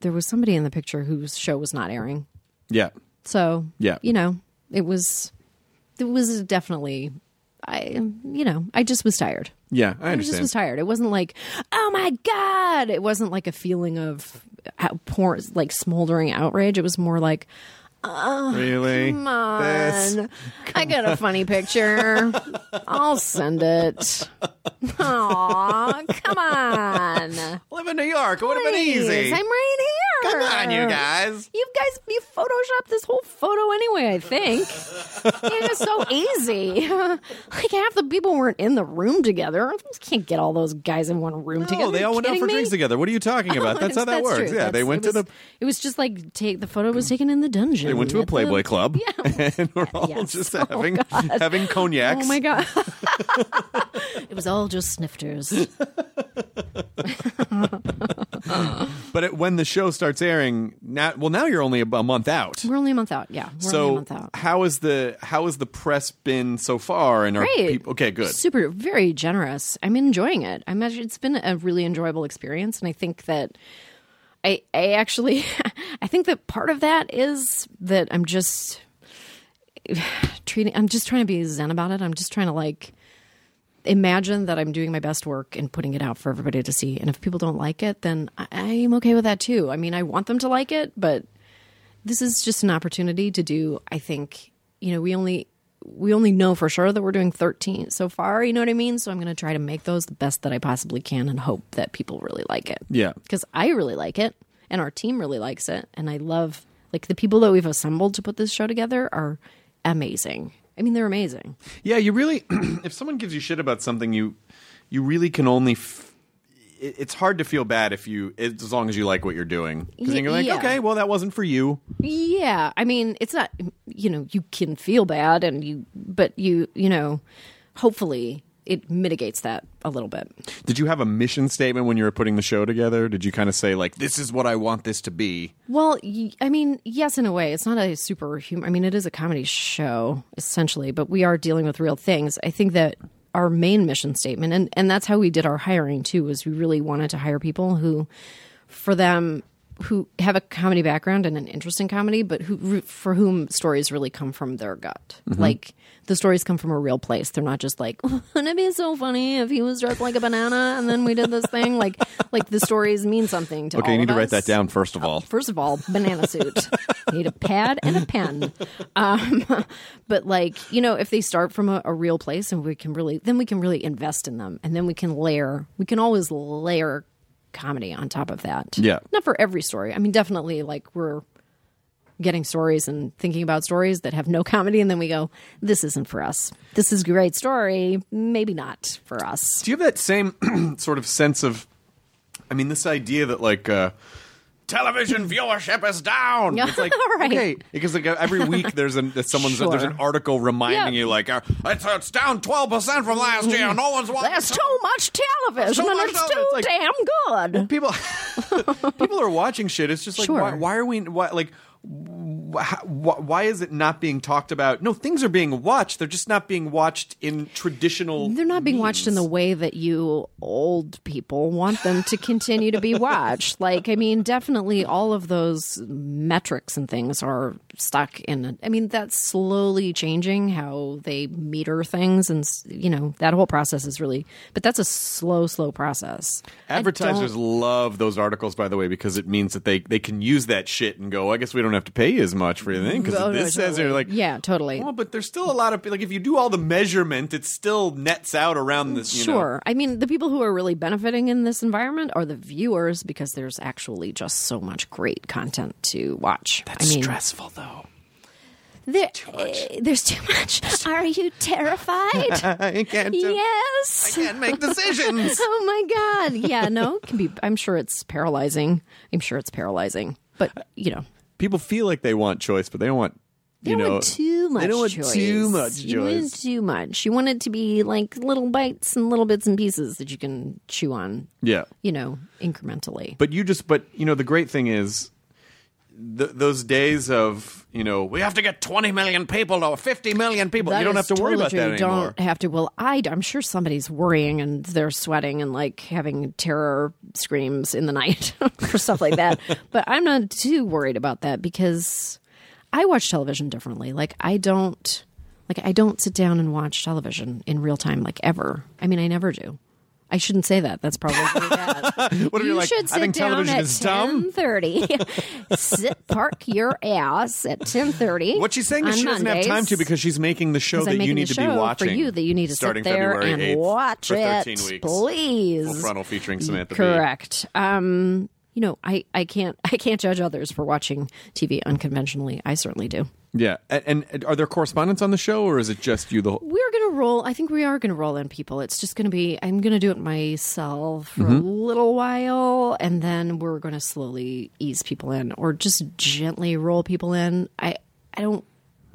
Speaker 5: there was somebody in the picture whose show was not airing.
Speaker 1: yeah
Speaker 5: So
Speaker 1: Yeah.
Speaker 5: you know, it was it was definitely I you know I just was tired.
Speaker 1: yeah i
Speaker 5: I just
Speaker 1: understand
Speaker 5: was tired. It wasn't like oh my god. It wasn't like a feeling of outpour like smoldering outrage. It was more like
Speaker 1: really
Speaker 5: come on, I got a funny picture. I'll
Speaker 1: [LAUGHS]
Speaker 5: send it. Aw, come on.
Speaker 1: live in new york it would have been
Speaker 5: Please,
Speaker 1: easy
Speaker 5: I'm right here.
Speaker 1: come on you guys
Speaker 5: You guys, you photoshopped this whole photo anyway.
Speaker 1: [LAUGHS]
Speaker 5: I think it was so easy. [LAUGHS] like half the people weren't in the room together. I just can't get all those guys in one room together.
Speaker 1: No, Oh, they
Speaker 5: Are
Speaker 1: all
Speaker 5: you
Speaker 1: went out
Speaker 5: kidding
Speaker 1: for
Speaker 5: me?
Speaker 1: drinks together. What are you
Speaker 5: [LAUGHS]
Speaker 1: talking about? That's how that works.
Speaker 5: true.
Speaker 1: Yeah,
Speaker 5: That's-
Speaker 1: they went
Speaker 5: it
Speaker 1: to
Speaker 5: was-
Speaker 1: the
Speaker 5: It was just like take the photo was taken in the dungeon.
Speaker 1: they went to a
Speaker 5: at the-
Speaker 1: Playboy club. [LAUGHS]
Speaker 5: Yeah.
Speaker 1: and we're all
Speaker 5: Yes.
Speaker 1: just
Speaker 5: Oh,
Speaker 1: having
Speaker 5: God.
Speaker 1: having cognacs.
Speaker 5: Oh my god! [LAUGHS] it was all just snifters.
Speaker 1: But it, when the show starts airing, now well now you're only a, a month out.
Speaker 5: We're only a month out. Yeah. We're
Speaker 1: so
Speaker 5: only a month out.
Speaker 1: how is the how has the press been so far? And are
Speaker 5: Great.
Speaker 1: people okay? Good.
Speaker 5: Super, very generous. I'm enjoying it. I'm actually, it's been a really enjoyable experience. And I think that I, I actually, [LAUGHS] I think that part of that is that I'm just [SIGHS] treating, I'm just trying to be zen about it. I'm just trying to like imagine that I'm doing my best work and putting it out for everybody to see. And if people don't like it, then I, I'm okay with that too. I mean, I want them to like it, but this is just an opportunity to do i think you know we only we only know for sure that we're doing 13 so far you know what i mean so i'm going to try to make those the best that i possibly can and hope that people really like it
Speaker 1: Yeah.
Speaker 5: because i really like it and our team really likes it and i love like the people that we've assembled to put this show together are amazing i mean they're amazing
Speaker 1: Yeah, you really. [CLEARS THROAT] if someone gives you shit about something, you you really can only. F- it- it's hard to feel bad if you, as long as you like what you're doing, because
Speaker 5: Y-
Speaker 1: you're like,
Speaker 5: yeah.
Speaker 1: okay, well, that wasn't for you.
Speaker 5: Yeah, I mean, it's not you know you can feel bad and you, but you you know, hopefully it mitigates that a little bit.
Speaker 1: Did you have a mission statement when you were putting the show together? Did you kind of say like, this is what I want this to be?
Speaker 5: Well, y- I mean, yes, in a way, it's not a super humor. I mean, it is a comedy show essentially, but we are dealing with real things. I think that our main mission statement, and and that's how we did our hiring too, was we really wanted to hire people who, for them, who have a comedy background and an interest in comedy, but who for whom stories really come from their gut.
Speaker 1: Mm-hmm.
Speaker 5: Like the stories come from a real place. They're not just like, "Oh, wouldn't it be so funny if he was dressed like a banana and then we did this thing? Like, like the stories mean something to
Speaker 1: Okay,
Speaker 5: all
Speaker 1: you need
Speaker 5: of
Speaker 1: to write that
Speaker 5: us.
Speaker 1: down first of all.
Speaker 5: First of all,
Speaker 1: [LAUGHS]
Speaker 5: banana suit. Need a pad and a pen. Um, [LAUGHS] but like you know, if they start from a, a real place, and we can really, then we can really invest in them, and then we can layer. We can always layer comedy on top of that.
Speaker 1: Yeah.
Speaker 5: not for every story. I mean, definitely like we're getting stories and thinking about stories that have no comedy, and then we go, "This isn't for us. This is a great story, maybe not for us."
Speaker 1: Do you have that same [CLEARS THROAT] sort of sense of? I mean, this idea that like. Uh, Television viewership is down. It's
Speaker 5: [LAUGHS]
Speaker 1: like
Speaker 5: Right.
Speaker 1: okay, because like every
Speaker 5: [LAUGHS]
Speaker 1: week there's an someone's
Speaker 5: Sure.
Speaker 1: there's an article reminding
Speaker 5: Yeah.
Speaker 1: you like uh, it's, it's down twelve percent from last year. No one's watching.
Speaker 5: That's too much television,
Speaker 1: Too
Speaker 5: and
Speaker 1: much
Speaker 5: it's
Speaker 1: television.
Speaker 5: too
Speaker 1: It's like-
Speaker 5: damn good.
Speaker 1: people [LAUGHS] people are watching shit it's just like
Speaker 5: Sure.
Speaker 1: why, why are we why, like wh- how- wh- why is it not being talked about no things are being watched they're just not being watched in traditional
Speaker 5: They're not being watched in the way that you old people want them to continue to be watched. Like, I mean, definitely all of those metrics and things are stuck in. I mean, that's slowly changing how they meter things, and you know that whole process is really. But that's a slow, slow process. I
Speaker 1: advertisers
Speaker 5: don't-
Speaker 1: love those articles by the way because it means that they they can use that shit and go i guess we don't have to pay as much for anything because
Speaker 5: Oh, no,
Speaker 1: this says
Speaker 5: totally.
Speaker 1: they're like
Speaker 5: yeah, totally.
Speaker 1: well, but there's still a lot of like if you do all the measurement, it still nets out around this. You know.
Speaker 5: Sure. I mean, the people who are really benefiting in this environment are the viewers because there's actually just so much great content to watch. That's I mean,
Speaker 1: stressful though.
Speaker 5: There, eh, there's too much. Are you terrified?
Speaker 1: [LAUGHS] [LAUGHS] I can't.
Speaker 5: yes.
Speaker 1: Can't make decisions.
Speaker 5: Oh my god. Yeah. No. It can be. I'm sure it's paralyzing. I'm sure it's paralyzing. But you know,
Speaker 1: people feel like they want choice, but they don't want.
Speaker 5: they
Speaker 1: you
Speaker 5: don't
Speaker 1: know,
Speaker 5: want too much.
Speaker 1: They don't want
Speaker 5: choice.
Speaker 1: too much
Speaker 5: You want
Speaker 1: choice.
Speaker 5: too much. You want it to be like little bites and little bits and pieces that you can chew on.
Speaker 1: Yeah,
Speaker 5: You know, incrementally.
Speaker 1: but you just but you know the great thing is. Th- those days of you know we have to get 20 million people or 50 million people
Speaker 5: That
Speaker 1: you don't
Speaker 5: is
Speaker 1: have to worry
Speaker 5: totally
Speaker 1: about
Speaker 5: true.
Speaker 1: that
Speaker 5: You
Speaker 1: anymore
Speaker 5: Don't have to. Well, I, am sure somebody's worrying and they're sweating and like having terror screams in the [LAUGHS] night or stuff like that. but I'm not too worried about that because I watch television differently. Like I don't, like I don't sit down and watch television in real time, like ever. I mean, I never do. I shouldn't say that. That's probably really bad.
Speaker 1: [LAUGHS] what if
Speaker 5: you
Speaker 1: you're like
Speaker 5: should sit
Speaker 1: i think
Speaker 5: down
Speaker 1: television
Speaker 5: at
Speaker 1: is dumb
Speaker 5: 10:30. [LAUGHS] sit, park your ass at ten thirty.
Speaker 1: what she's saying is she doesn't have time to because she's making the show
Speaker 5: Because I'm
Speaker 1: that you
Speaker 5: making
Speaker 1: need
Speaker 5: the
Speaker 1: to be
Speaker 5: show
Speaker 1: watching
Speaker 5: for you that you need to
Speaker 1: starting
Speaker 5: sit there
Speaker 1: February
Speaker 5: and
Speaker 1: 8th
Speaker 5: watch
Speaker 1: for 13
Speaker 5: it,
Speaker 1: weeks
Speaker 5: please.
Speaker 1: Full frontal featuring samantha Bee.
Speaker 5: Correct. Um, you know, I, I can't I can't judge others for watching TV unconventionally. I certainly do.
Speaker 1: yeah and, and- and are there correspondents on the show or is it just you the whole
Speaker 5: We're gonna roll. I think we are gonna roll in people. It's just gonna be. I'm gonna do it myself for a little while, and then we're gonna slowly ease people in, or just gently roll people in. I I don't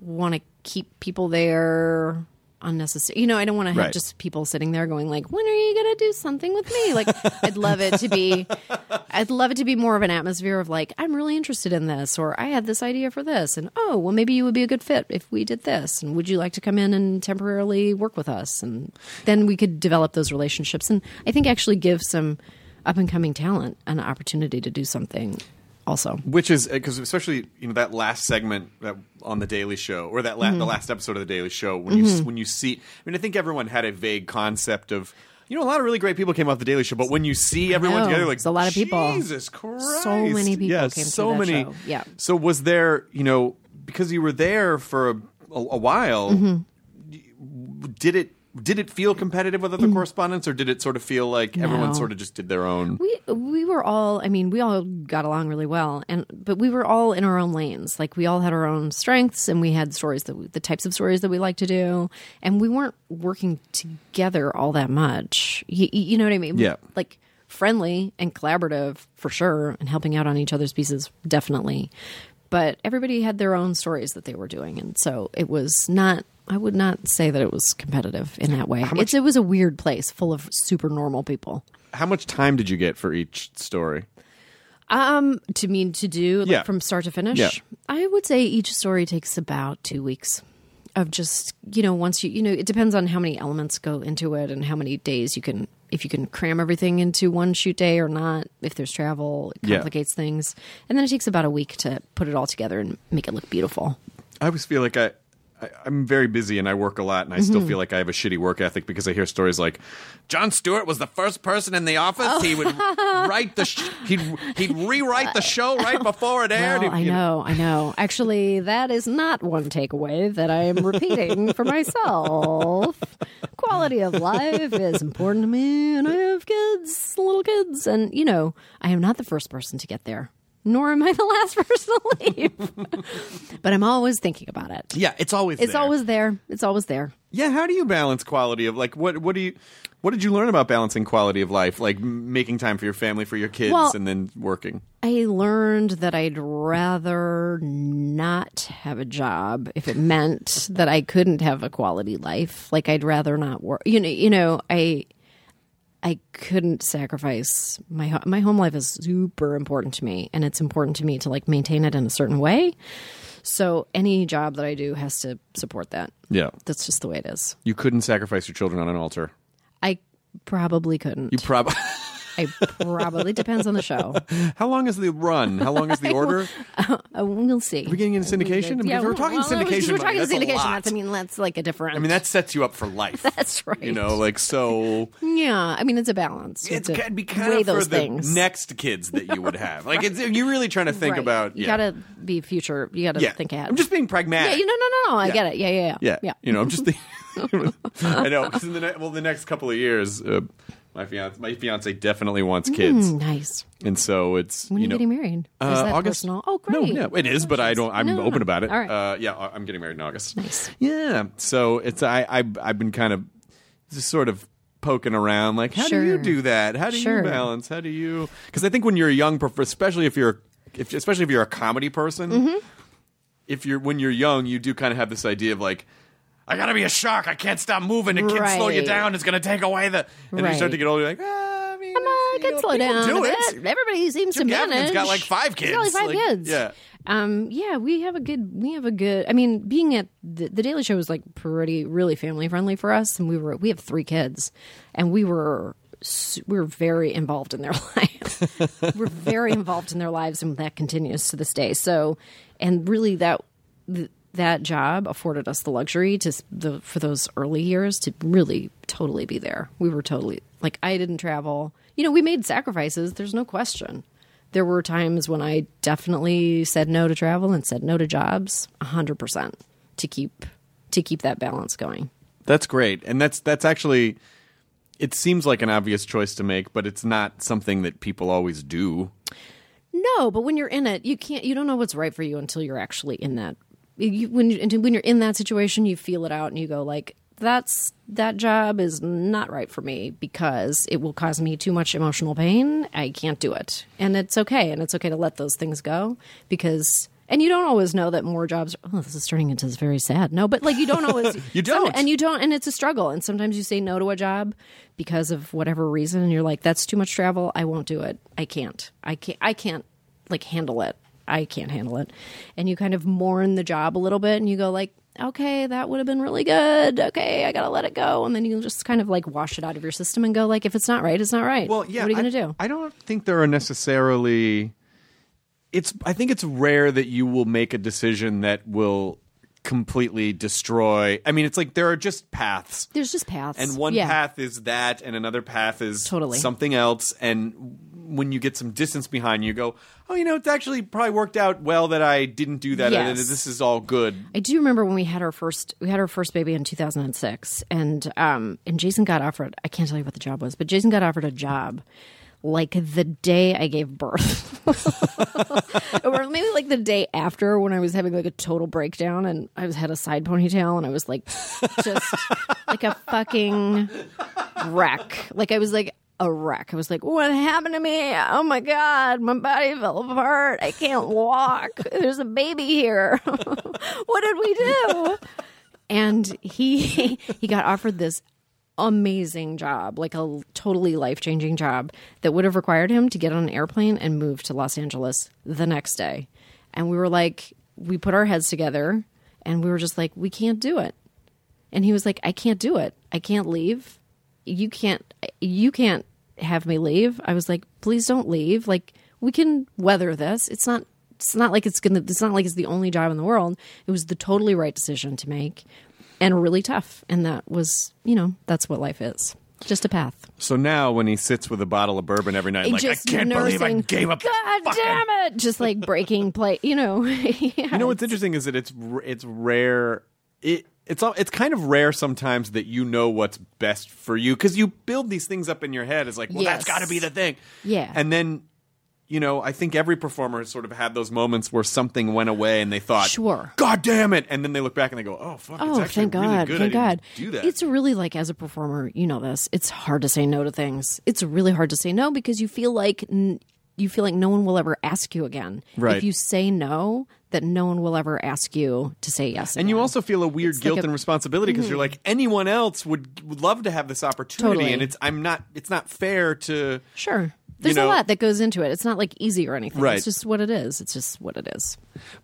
Speaker 5: want to keep people there unnecessary. You know, I don't want to have
Speaker 1: Right.
Speaker 5: just people sitting there going like, "When are you going to do something with me?" Like, I'd love it to be, I'd love it to be more of an atmosphere of like, "I'm really interested in this," or "I had this idea for this," and "Oh, well, maybe you would be a good fit if we did this," and "Would you like to come in and temporarily work with us?" And then we could develop those relationships, and I think actually give some up and coming talent an opportunity to do something. Also,
Speaker 1: which is because especially you know that last segment that on the Daily Show or that la-
Speaker 5: Mm-hmm.
Speaker 1: the last episode of the Daily Show when you when you see I mean I think everyone had a vague concept of you know a lot of really great people came off the Daily Show but when you see everyone
Speaker 5: know.
Speaker 1: together like
Speaker 5: It's a lot of people.
Speaker 1: Jesus Christ
Speaker 5: many people
Speaker 1: yeah,
Speaker 5: came through
Speaker 1: so
Speaker 5: that
Speaker 1: many
Speaker 5: show. Yeah.
Speaker 1: so was there you know because you were there for a, a, a while
Speaker 5: Mm-hmm.
Speaker 1: did it did it feel competitive with other correspondents or did it sort of feel like everyone
Speaker 5: Mm-hmm. No.
Speaker 1: sort of just did their own
Speaker 5: we we were all i mean we all got along really well and but we were all in our own lanes like we all had our own strengths and we had stories that we, the types of stories that we like to do and we weren't working together all that much you, you know what i mean
Speaker 1: Yeah.
Speaker 5: like friendly and collaborative for sure and helping out on each other's pieces definitely but everybody had their own stories that they were doing and so it was not I would not say that it was competitive in that way. it's, it was a weird place full of super normal people.
Speaker 1: how much time did you get for each story
Speaker 5: Um, to mean to do like
Speaker 1: Yeah.
Speaker 5: from start to finish.
Speaker 1: Yeah.
Speaker 5: I would say each story takes about two weeks of just you know once you you know it depends on how many elements go into it and how many days you can if you can cram everything into one shoot day or not if there's travel it
Speaker 1: Yeah.
Speaker 5: complicates things and then it takes about a week to put it all together and make it look beautiful
Speaker 1: I always feel like I, I I'm very busy and I work a lot, and I
Speaker 5: Mm-hmm.
Speaker 1: still feel like I have a shitty work ethic because I hear stories like John Stewart was the first person in the office. He would
Speaker 5: Oh. [LAUGHS]
Speaker 1: write the sh- he'd he'd rewrite the show right before it aired.
Speaker 5: Well, I
Speaker 1: You
Speaker 5: know, I know. Actually, that is not one takeaway that I am repeating for myself. Quality of life is important to me, and I have kids, little kids, and you know, I am not the first person to get there, nor am I the last [LAUGHS] person to leave. but I'm always thinking about it.
Speaker 1: Yeah, it's always
Speaker 5: It's
Speaker 1: there.
Speaker 5: always there. It's always there.
Speaker 1: yeah. How do you balance quality of like what what do you what did you learn about balancing quality of life like m- making time for your family for your kids
Speaker 5: Well-
Speaker 1: and then working?
Speaker 5: I learned that I'd rather not have a job if it meant that I couldn't have a quality life. Like I'd rather not work. You know, you know, I I couldn't sacrifice my ho- my home life is super important to me and it's important to me to like maintain it in a certain way. So any job that I do has to support that.
Speaker 1: Yeah,
Speaker 5: That's just the way it is.
Speaker 1: you couldn't sacrifice your children on an altar.
Speaker 5: I probably couldn't. [LAUGHS]
Speaker 1: You probably.
Speaker 5: I probably depends on the show.
Speaker 1: [LAUGHS] how long is the run? How long is
Speaker 5: [LAUGHS]
Speaker 1: the order?
Speaker 5: Uh, we'll see.
Speaker 1: We're getting into syndication. I mean,
Speaker 5: Yeah,
Speaker 1: if we're talking
Speaker 5: well,
Speaker 1: syndication.
Speaker 5: We're
Speaker 1: money,
Speaker 5: talking
Speaker 1: that's a
Speaker 5: syndication.
Speaker 1: lot.
Speaker 5: That's I mean, that's like a different.
Speaker 1: I mean, that sets you up for life.
Speaker 5: [LAUGHS] that's right.
Speaker 1: you know, like
Speaker 5: [LAUGHS]
Speaker 1: so.
Speaker 5: yeah. I mean, it's a balance. You
Speaker 1: It's
Speaker 5: have to
Speaker 1: gotta be kind
Speaker 5: weigh
Speaker 1: of for
Speaker 5: those
Speaker 1: the
Speaker 5: things.
Speaker 1: next kids that you would have. Like, it's, you're really trying to think
Speaker 5: Right.
Speaker 1: about.
Speaker 5: You
Speaker 1: yeah.
Speaker 5: gotta be future. You gotta
Speaker 1: yeah.
Speaker 5: think ahead.
Speaker 1: I'm just being pragmatic.
Speaker 5: yeah. You know, no, no, no. I
Speaker 1: Yeah.
Speaker 5: get it. Yeah, yeah, yeah.
Speaker 1: Yeah. You know, I'm just
Speaker 5: [LAUGHS]
Speaker 1: thinking. [LAUGHS] I know. 'cause in the ne- well, the next couple of years, uh, my fiance, my fiance definitely wants kids,
Speaker 5: Nice.
Speaker 1: and so it's
Speaker 5: Mm. When are
Speaker 1: you
Speaker 5: you
Speaker 1: know,
Speaker 5: getting married?
Speaker 1: Uh,
Speaker 5: is that
Speaker 1: August.
Speaker 5: personal? Oh, great.
Speaker 1: No, yeah, it is, but I don't. I'm
Speaker 5: No, no, no.
Speaker 1: open about it.
Speaker 5: All right.
Speaker 1: Uh, yeah, I- I'm getting married in August.
Speaker 5: Nice.
Speaker 1: Yeah. So it's I. I I've been kind of just sort of poking around, like, how do you
Speaker 5: Sure.
Speaker 1: do that? How do
Speaker 5: Sure.
Speaker 1: you balance? How do you? Because I think when you're a young, prof- especially if you're, if especially if you're a comedy person,
Speaker 5: Mm-hmm.
Speaker 1: if you're when you're young, you do kind of have this idea of like. I gotta be a shark. I can't stop moving. It can't slow you
Speaker 5: Right.
Speaker 1: down. It's gonna take away the. And you start
Speaker 5: Right.
Speaker 1: to get older. You're like, ah, I mean,
Speaker 5: Come on, I
Speaker 1: it's- you
Speaker 5: can
Speaker 1: know,
Speaker 5: slow
Speaker 1: people
Speaker 5: down.
Speaker 1: Do
Speaker 5: a
Speaker 1: it.
Speaker 5: bit. Everybody seems
Speaker 1: Jim
Speaker 5: to
Speaker 1: Gavin has
Speaker 5: manage.
Speaker 1: got, like, five
Speaker 5: He's got, like,
Speaker 1: kids.
Speaker 5: five
Speaker 1: Like,
Speaker 5: kids.
Speaker 1: yeah.
Speaker 5: Um. Yeah. We have a good. We have a good. I mean, being at the, the Daily Show was like pretty, really family friendly for us, and we were. We have three kids, and we were. s- We were very involved in their [LAUGHS] lives. we're very involved in their lives, and that continues to this day. So, and really that. Th- that job afforded us the luxury to s- the for those early years to really totally be there. We were totally like I didn't travel. You know, we made sacrifices. There's no question there were times when I definitely said no to travel and said no to jobs 100% to keep to keep that balance going.
Speaker 1: That's great, and that's that's actually. It seems like an obvious choice to make, but it's not something that people always do.
Speaker 5: No, but when you're in it, you can't you don't know what's right for you until you're actually in that you, when you, and when you're in that situation, you feel it out and you go like that's that job is not right for me because it will cause me too much emotional pain. I can't do it. And it's okay and it's okay to let those things go because And you don't always know that more jobs. Oh, this is turning into this very sad. No, but like
Speaker 1: [LAUGHS]
Speaker 5: you don't always.
Speaker 1: You
Speaker 5: some-
Speaker 1: don't.
Speaker 5: and you don't, and it's a struggle. And sometimes you say no to a job because of whatever reason, and you're like, "That's too much travel. I won't do it. I can't. I can't. I can't like handle it. I can't handle it." And you kind of mourn the job a little bit, and you go like. Okay, that would have been really good. Okay, I gotta let it go, and then you just kind of like wash it out of your system and go like, if it's not right, it's not right.
Speaker 1: Well, yeah.
Speaker 5: what are you
Speaker 1: I,
Speaker 5: gonna do?
Speaker 1: I don't think there are necessarily. It's. I think it's rare that you will make a decision that will completely destroy. I mean, it's like there are just paths,
Speaker 5: There's just paths,
Speaker 1: and one
Speaker 5: Yeah.
Speaker 1: path is that, and another path is
Speaker 5: Totally.
Speaker 1: something else. And when you get some distance behind you, you go, oh, you know, it's actually probably worked out well that I didn't do that. and
Speaker 5: Yes.
Speaker 1: This is all good.
Speaker 5: I do remember when we had our first we had our first baby in 2006 and um and Jason got offered I can't tell you what the job was but Jason got offered a job like the day I gave birth [LAUGHS] or maybe like the day after when I was having like a total breakdown and I was had a side ponytail and I was like just like a fucking wreck. Like I was like a wreck. I was like, what happened to me? Oh my god, my body fell apart. I can't walk. There's a baby here. [LAUGHS] what did we do? And he he got offered this amazing job, like a totally life-changing job that would have required him to get on an airplane and move to Los Angeles the next day. And we were like we put our heads together and we were just like we can't do it and he was like i can't do it i can't leave you can't you can't have me leave i was like please don't leave like we can weather this it's not it's not like it's gonna it's not like it's the only job in the world it was the totally right decision to make and really tough and that was you know that's what life is just a path
Speaker 1: So now, when he sits with a bottle of bourbon every night, like I
Speaker 5: just
Speaker 1: can't believe I
Speaker 5: nursing-
Speaker 1: gave up.
Speaker 5: god damn it just like breaking play you know [LAUGHS]
Speaker 1: You know what's interesting is that it's r- it's rare. It it's al- it's kind of rare sometimes that you know what's best for you because you build these things up in your head. It's like, well, that's
Speaker 5: Yes.
Speaker 1: got to be the thing.
Speaker 5: Yeah.
Speaker 1: and then. You know, I think every performer has sort of had those moments where something went away and they thought,
Speaker 5: Sure.
Speaker 1: God damn it!" And then they look back and they go, "Oh fuck, it's
Speaker 5: Oh,
Speaker 1: actually
Speaker 5: thank
Speaker 1: really
Speaker 5: God.
Speaker 1: good. I
Speaker 5: thank God.
Speaker 1: didn't do that."
Speaker 5: It's really like as a performer, you know this. It's hard to say no to things. It's really hard to say no because you feel like n- you feel like no one will ever ask you again.
Speaker 1: Right.
Speaker 5: If you say no, that no one will ever ask you to say yes.
Speaker 1: and you
Speaker 5: again.
Speaker 1: also feel a weird
Speaker 5: It's like
Speaker 1: guilt
Speaker 5: a- Mm-hmm.
Speaker 1: and responsibility because you're like anyone else would, would love to have this opportunity,
Speaker 5: Totally.
Speaker 1: and it's I'm not it's not fair to
Speaker 5: sure. There's
Speaker 1: know-
Speaker 5: a lot that goes into it. It's not like easy or anything.
Speaker 1: Right.
Speaker 5: It's just what it is. It's just what it is.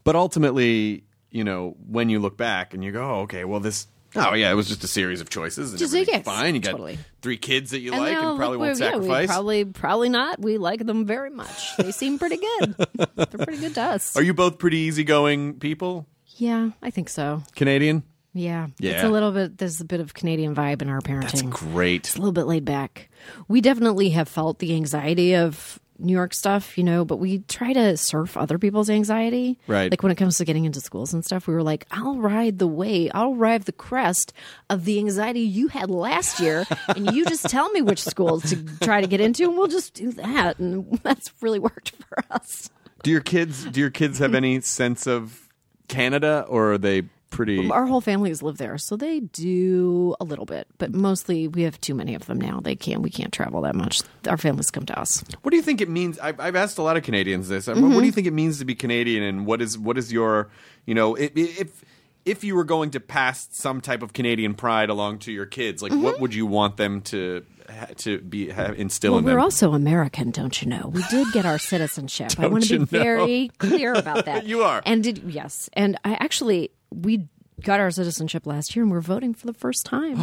Speaker 1: But ultimately, you know, when you look back and you go, oh, okay, well, this, oh yeah, it was just a series of choices. And
Speaker 5: Just-
Speaker 1: everything's
Speaker 5: yes,
Speaker 1: fine. You got
Speaker 5: totally.
Speaker 1: three kids that you
Speaker 5: And
Speaker 1: like
Speaker 5: now
Speaker 1: and
Speaker 5: look
Speaker 1: probably won't
Speaker 5: where- Yeah, we
Speaker 1: sacrifice.
Speaker 5: probably probably not. We like them very much. They seem
Speaker 1: [LAUGHS]
Speaker 5: pretty good. They're pretty good to us.
Speaker 1: Are you both pretty easygoing people?
Speaker 5: yeah, I think so.
Speaker 1: Canadian?
Speaker 5: Yeah. It's
Speaker 1: Yeah.
Speaker 5: a little bit, there's a bit of Canadian vibe in our parenting.
Speaker 1: That's great.
Speaker 5: a little bit laid back. We definitely have felt the anxiety of New York stuff, you know, but we try to surf other people's anxiety.
Speaker 1: Right.
Speaker 5: Like when it comes to getting into schools and stuff, we were like, I'll ride the way, I'll ride the crest of the anxiety you had last year. and you just tell me which school to try to get into, and we'll just do that. And [LAUGHS] that's really worked for us.
Speaker 1: Do your kids, do your kids have any sense of Canada or are they pretty?
Speaker 5: Our whole families live there, so they do a little bit, but mostly we have too many of them now. They can't. We can't travel that much. Our families come to us.
Speaker 1: What do you think it means? I've, I've asked a lot of Canadians this. I mean,
Speaker 5: Mm-hmm.
Speaker 1: What do you think it means to be Canadian, and what is what is your, you know, i- i- if if you were going to pass some type of Canadian pride along to your kids, like what would you want them to ha- to be ha- instill
Speaker 5: Mm-hmm. Well,
Speaker 1: in
Speaker 5: we're
Speaker 1: them?
Speaker 5: also American, don't you know? We did get our citizenship.
Speaker 1: [LAUGHS]
Speaker 5: I want to
Speaker 1: you
Speaker 5: be
Speaker 1: know?
Speaker 5: very clear
Speaker 1: [LAUGHS]
Speaker 5: about that.
Speaker 1: You are.
Speaker 5: And did yes, and I actually we got our citizenship last year, and we're voting for the first
Speaker 1: [GASPS]
Speaker 5: time. [LAUGHS] Both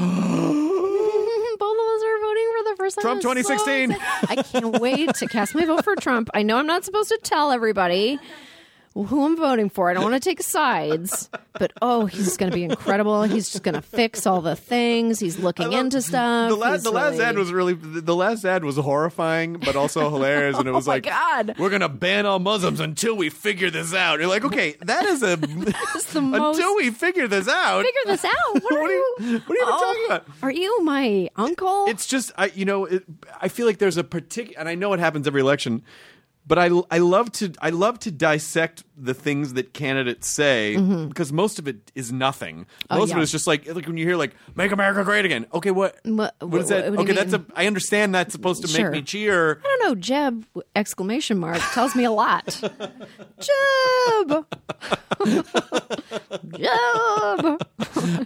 Speaker 5: of us are voting for the first time.
Speaker 1: Trump
Speaker 5: I'm so
Speaker 1: 2016.
Speaker 5: excited. I can't wait to cast my vote for Trump. I know I'm not supposed to tell everybody who I'm voting for. I don't want to take sides, but oh, he's going to be incredible. He's just going to fix all the things. He's looking into stuff.
Speaker 1: the last
Speaker 5: He's
Speaker 1: the last
Speaker 5: really-
Speaker 1: ad was really the the last ad was horrifying but also
Speaker 5: [LAUGHS]
Speaker 1: hilarious and it was
Speaker 5: Oh my
Speaker 1: like
Speaker 5: God.
Speaker 1: we're gonna ban all Muslims until we figure this out. You're like okay that is
Speaker 5: [LAUGHS]
Speaker 1: a
Speaker 5: the
Speaker 1: [LAUGHS]
Speaker 5: most
Speaker 1: until we figure this out.
Speaker 5: figure
Speaker 1: [LAUGHS]
Speaker 5: this out. What are,
Speaker 1: What are
Speaker 5: you, Oh,
Speaker 1: you- what are you even talking about?
Speaker 5: Are you my uncle?
Speaker 1: it's just I you know it, I feel like there's a particular and I know it happens every election but I, I love to I love to dissect the things that candidates say because most of it is nothing. Most of
Speaker 5: Mm-hmm. Oh, yeah.
Speaker 1: it is just like like when you hear like "Make America Great Again." Okay, what
Speaker 5: What-
Speaker 1: what is
Speaker 5: what-
Speaker 1: that?
Speaker 5: what do you
Speaker 1: okay, that's a.
Speaker 5: mean?
Speaker 1: I understand that's supposed to
Speaker 5: Sure.
Speaker 1: make me cheer.
Speaker 5: I don't know, Jeb exclamation mark tells me
Speaker 1: [LAUGHS]
Speaker 5: a lot. Jeb Jeb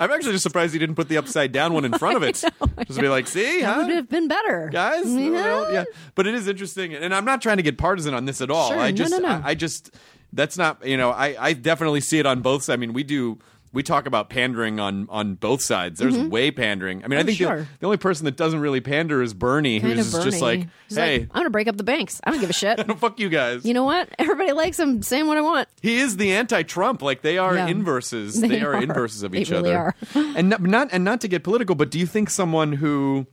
Speaker 1: I'm actually just surprised he didn't put the upside down one in front of
Speaker 5: [LAUGHS]
Speaker 1: it. just be like, see,
Speaker 5: That
Speaker 1: huh?
Speaker 5: would have been better.
Speaker 1: guys.
Speaker 5: Yeah.
Speaker 1: You know, yeah, but it is interesting, and I'm not trying to get partisan on this at all.
Speaker 5: Sure,
Speaker 1: I
Speaker 5: no,
Speaker 1: just,
Speaker 5: no, no.
Speaker 1: I, I just, that's not, you know, I, I definitely see it on both. sides. I mean, we do. We talk about pandering on, on both sides. There's way pandering. I mean, I
Speaker 5: Mm-hmm. Oh,
Speaker 1: think the- the,
Speaker 5: sure.
Speaker 1: only person that doesn't really pander is Bernie,
Speaker 5: Kind
Speaker 1: who's
Speaker 5: of
Speaker 1: just
Speaker 5: Bernie.
Speaker 1: like,
Speaker 5: He's
Speaker 1: hey,
Speaker 5: I'm gonna break up the banks. I don't give a
Speaker 1: [LAUGHS]
Speaker 5: shit.
Speaker 1: no, fuck you guys.
Speaker 5: you know what? Everybody likes him. Saying what I want.
Speaker 1: he is the anti-Trump. Like they are
Speaker 5: Yeah.
Speaker 1: inverses. They,
Speaker 5: They
Speaker 1: are,
Speaker 5: are.
Speaker 1: inverses of
Speaker 5: They
Speaker 1: each
Speaker 5: really
Speaker 1: other.
Speaker 5: are. [LAUGHS]
Speaker 1: and not, not and not to get political, but do you think someone who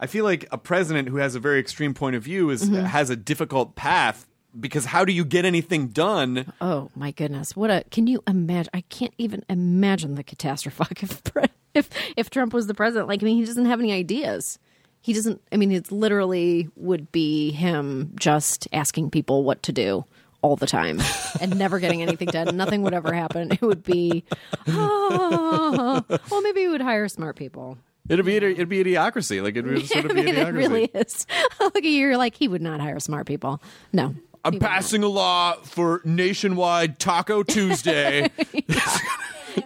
Speaker 1: I feel like a president who has a very extreme point of view is
Speaker 5: Mm-hmm.
Speaker 1: has a difficult path because how do you get anything done?
Speaker 5: Oh my goodness! What a can you imagine? I can't even imagine the catastrophe [LAUGHS] if pre- if if Trump was the president. Like I mean, he doesn't have any ideas. He doesn't. I mean, it literally would be him just asking people what to do all the time and never getting anything done. Nothing would ever happen. It would be, oh, well, maybe he would hire smart people.
Speaker 1: It'd be it'd be idiocracy. Like
Speaker 5: [LAUGHS]
Speaker 1: it'd be sort of
Speaker 5: I mean, it
Speaker 1: idiocracy.
Speaker 5: really is. [LAUGHS] Look at you. You're like he would not hire smart people. No.
Speaker 1: I'm passing a law for nationwide Taco
Speaker 5: [LAUGHS]
Speaker 1: Tuesday.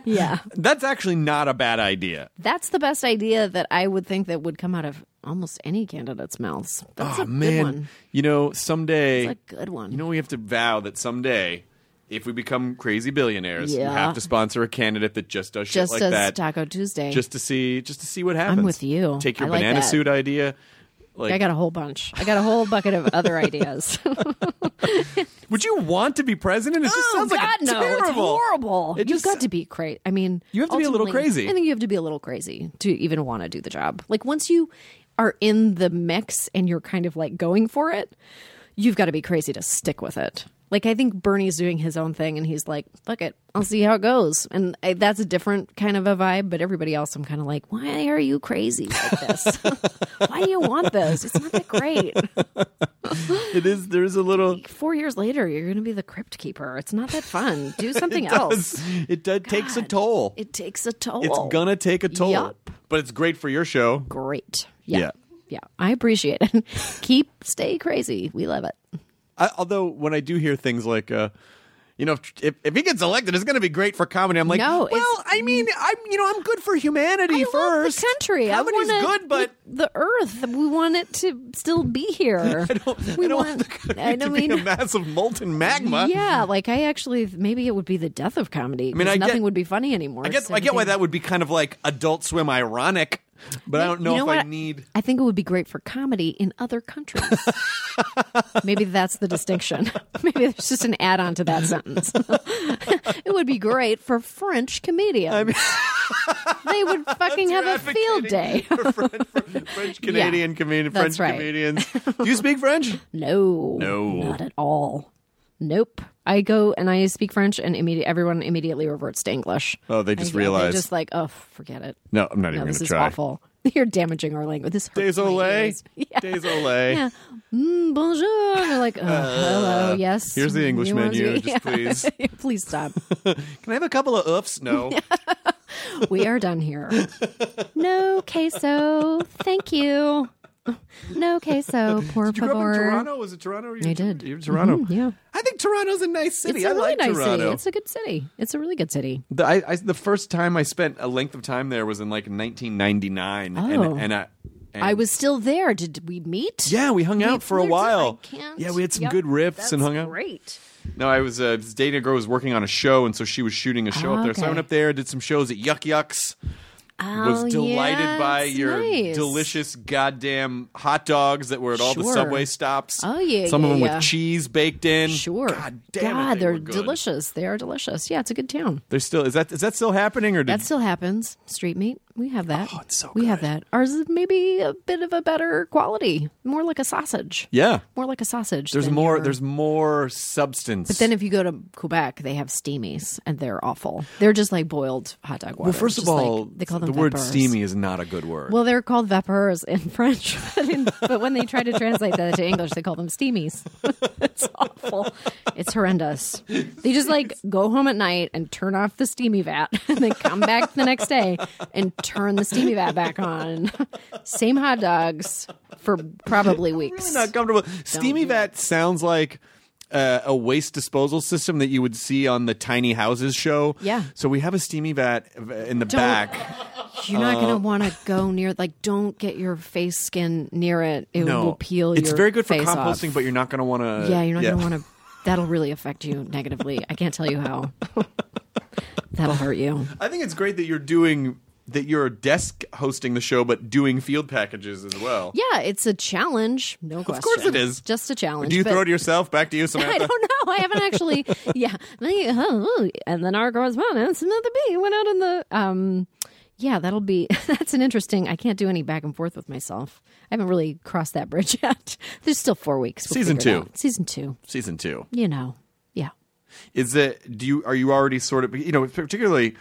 Speaker 5: Yeah.
Speaker 1: That's actually not a bad idea.
Speaker 5: That's the best idea that I would think that would come out of almost any candidate's mouths. That's
Speaker 1: oh
Speaker 5: a
Speaker 1: man,
Speaker 5: good one.
Speaker 1: you know someday
Speaker 5: That's a good one.
Speaker 1: You know we have to vow that someday, if we become crazy billionaires, we
Speaker 5: Yeah.
Speaker 1: have to sponsor a candidate that just does
Speaker 5: Just
Speaker 1: shit like
Speaker 5: as
Speaker 1: that,
Speaker 5: Taco Tuesday.
Speaker 1: just to see just to see what happens.
Speaker 5: with you.
Speaker 1: Take your
Speaker 5: I like
Speaker 1: banana
Speaker 5: that.
Speaker 1: suit idea. Like,
Speaker 5: I got a whole bunch. I got a whole bucket of
Speaker 1: [LAUGHS]
Speaker 5: other ideas.
Speaker 1: would you want to be president? It just
Speaker 5: oh
Speaker 1: sounds
Speaker 5: God,
Speaker 1: like a
Speaker 5: no!
Speaker 1: terrible.
Speaker 5: It's horrible.
Speaker 1: It
Speaker 5: You've
Speaker 1: just-
Speaker 5: got to be crazy. I mean,
Speaker 1: You have to be a little
Speaker 5: ultimately,
Speaker 1: crazy.
Speaker 5: I think you have to be a little crazy to even want to do the job. Like once you are in the mix and you're kind of like going for it, you've got to be crazy to stick with it. Like I think Bernie's doing his own thing and he's like, "Fuck it, I'll see how it goes." And I, that's a different kind of a vibe. But everybody else, I'm kind of like, "Why are you crazy like this? [LAUGHS] Why do you want this? It's not that great."
Speaker 1: It is. There is a little.
Speaker 5: Four years later, you're going to be the crypt keeper. It's not that fun.
Speaker 1: [LAUGHS]
Speaker 5: Do something else.
Speaker 1: It does, takes a toll.
Speaker 5: It takes a toll.
Speaker 1: it's gonna take a toll.
Speaker 5: Yup.
Speaker 1: But it's great for your show.
Speaker 5: great.
Speaker 1: Yeah.
Speaker 5: Yeah. Yeah. I appreciate it. [LAUGHS] Keep stay crazy. We love it.
Speaker 1: I, although when I do hear things like, uh, you know, if, if, if he gets elected, it's going to be great for comedy. I'm like,
Speaker 5: No, it's-
Speaker 1: well, I mean, I'm you know, I'm good for
Speaker 5: I
Speaker 1: humanity
Speaker 5: love
Speaker 1: first.
Speaker 5: the country.
Speaker 1: Comedy's
Speaker 5: I want
Speaker 1: good, but
Speaker 5: the earth. We want it to still be here. I don't,
Speaker 1: [LAUGHS]
Speaker 5: we
Speaker 1: I don't want,
Speaker 5: want.
Speaker 1: the country
Speaker 5: I
Speaker 1: to
Speaker 5: don't
Speaker 1: be a
Speaker 5: mean.
Speaker 1: massive molten magma.
Speaker 5: Yeah, like I actually maybe it would be the death of comedy. I
Speaker 1: mean, I get-
Speaker 5: nothing would be funny anymore.
Speaker 1: I get I get why that would be kind of like Adult Swim ironic, but I don't know,
Speaker 5: You know
Speaker 1: if I
Speaker 5: what?
Speaker 1: need.
Speaker 5: I think it would be great for comedy in other countries. Maybe that's the distinction. [LAUGHS] Maybe there's just an add on to that sentence. [LAUGHS] it would be great for French comedians. [LAUGHS] they would fucking have a field
Speaker 1: [LAUGHS]
Speaker 5: day. [LAUGHS]
Speaker 1: French Canadian comedian, French
Speaker 5: that's right. [LAUGHS]
Speaker 1: comedians. Do you speak French?
Speaker 5: No,
Speaker 1: No.
Speaker 5: not at all. Nope. I go and I speak French, and immediate everyone immediately reverts to English.
Speaker 1: Oh, they just
Speaker 5: I-
Speaker 1: realize.
Speaker 5: They're just like, oh, forget it.
Speaker 1: No, I'm not even
Speaker 5: No,
Speaker 1: going
Speaker 5: this
Speaker 1: to
Speaker 5: is
Speaker 1: try.
Speaker 5: awful. [LAUGHS] You're damaging our language. This hurts my
Speaker 1: Désolé.
Speaker 5: ears. [LAUGHS] Yeah.
Speaker 1: Désolé.
Speaker 5: yeah. Mm, bonjour. And they're like, oh, hello, yes.
Speaker 1: Uh, here's the English
Speaker 5: You wanna
Speaker 1: menu,
Speaker 5: do-
Speaker 1: just please.
Speaker 5: [LAUGHS] please stop.
Speaker 1: Can I have a couple of oofs?
Speaker 5: [LAUGHS]
Speaker 1: No.
Speaker 5: We are done here. No queso, thank you. No queso, por
Speaker 1: Did you grow
Speaker 5: favor.
Speaker 1: up in Toronto? Was it Toronto? Or you
Speaker 5: I did.
Speaker 1: You're in Toronto.
Speaker 5: Mhm, yeah.
Speaker 1: I think Toronto's a nice city.
Speaker 5: It's a
Speaker 1: I
Speaker 5: really
Speaker 1: like
Speaker 5: nice
Speaker 1: Toronto.
Speaker 5: city. It's a good city. It's a really good city.
Speaker 1: the, I, I, the first time I spent a length of time there was in like 1999,
Speaker 5: Oh.
Speaker 1: and and I, and
Speaker 5: I was still there. Did we meet?
Speaker 1: yeah, we hung out for a
Speaker 5: flirted.
Speaker 1: while.
Speaker 5: I can't-
Speaker 1: Yeah, we had some
Speaker 5: Yep,
Speaker 1: good riffs
Speaker 5: That's
Speaker 1: and hung out.
Speaker 5: Great.
Speaker 1: No, I was uh, dating a girl who was working on a show, and so she was shooting a show
Speaker 5: Oh,
Speaker 1: up there. So I
Speaker 5: okay.
Speaker 1: went up there, did some shows at Yuck Yucks. was
Speaker 5: Oh,
Speaker 1: delighted
Speaker 5: yeah,
Speaker 1: by
Speaker 5: that's
Speaker 1: your
Speaker 5: nice.
Speaker 1: delicious goddamn hot dogs that were at all the
Speaker 5: Sure.
Speaker 1: subway stops.
Speaker 5: Oh, yeah,
Speaker 1: some of
Speaker 5: yeah,
Speaker 1: them
Speaker 5: yeah.
Speaker 1: with cheese baked in.
Speaker 5: Sure.
Speaker 1: God damn it,
Speaker 5: God,
Speaker 1: they
Speaker 5: are
Speaker 1: were good.
Speaker 5: delicious. They are delicious. Yeah, it's a good town.
Speaker 1: They're still is that is that still happening or did
Speaker 5: That still happens. Street meat. We have that. Oh,
Speaker 1: it's so
Speaker 5: we have that. Ours is maybe a bit of a better quality, more like a sausage.
Speaker 1: Yeah.
Speaker 5: More like a sausage.
Speaker 1: There's
Speaker 5: than
Speaker 1: more.
Speaker 5: your-
Speaker 1: There's more substance. But
Speaker 5: Then if you go to Quebec, they have steamies, and they're awful. They're just like boiled hot dog water.
Speaker 1: well, first of
Speaker 5: Just like-
Speaker 1: all,
Speaker 5: they call them
Speaker 1: the word
Speaker 5: vapeurs.
Speaker 1: "steamy" is not a good word.
Speaker 5: Well, they're called vapeurs in [LAUGHS] French, but, in, but when they try to translate that to English, they call them steamies. [LAUGHS] it's awful. It's horrendous. They just like go home at night and turn off the steamy vat, [LAUGHS] and then come back the next day and turn the steamy vat back on. Same hot dogs for probably weeks.
Speaker 1: really not comfortable. Steamy
Speaker 5: do
Speaker 1: vat sounds like uh, a waste disposal system that you would see on the tiny houses show.
Speaker 5: Yeah.
Speaker 1: So we have a steamy vat in the back.
Speaker 5: You're not
Speaker 1: Oh.
Speaker 5: going to want to go near. Like, don't get your face skin near it. It
Speaker 1: No,
Speaker 5: will peel.
Speaker 1: It's
Speaker 5: your
Speaker 1: very good for
Speaker 5: face off.
Speaker 1: composting, but you're not going to want to.
Speaker 5: Yeah, you're not going to want to. That'll really affect you negatively. I can't tell you how. That'll hurt you.
Speaker 1: I think it's great that you're doing that. You're desk hosting the show, but doing field packages as well.
Speaker 5: Yeah, it's a challenge. No question.
Speaker 1: Of course it is.
Speaker 5: Just a challenge.
Speaker 1: Do you
Speaker 5: but- [LAUGHS]
Speaker 1: throw it to yourself? Back to you, Samantha.
Speaker 5: I don't know. I haven't actually. Yeah. oh, And then our correspondent, Samantha B, went out in the. Um, yeah, that'll be. [LAUGHS] That's an interesting. I can't do any back and forth with myself. I haven't really crossed that bridge [LAUGHS] yet. There's still four weeks. We'll
Speaker 1: Season
Speaker 5: figure it
Speaker 1: two.
Speaker 5: out. Season two.
Speaker 1: Season two.
Speaker 5: You know. Yeah.
Speaker 1: is that do you are you already sort of you know particularly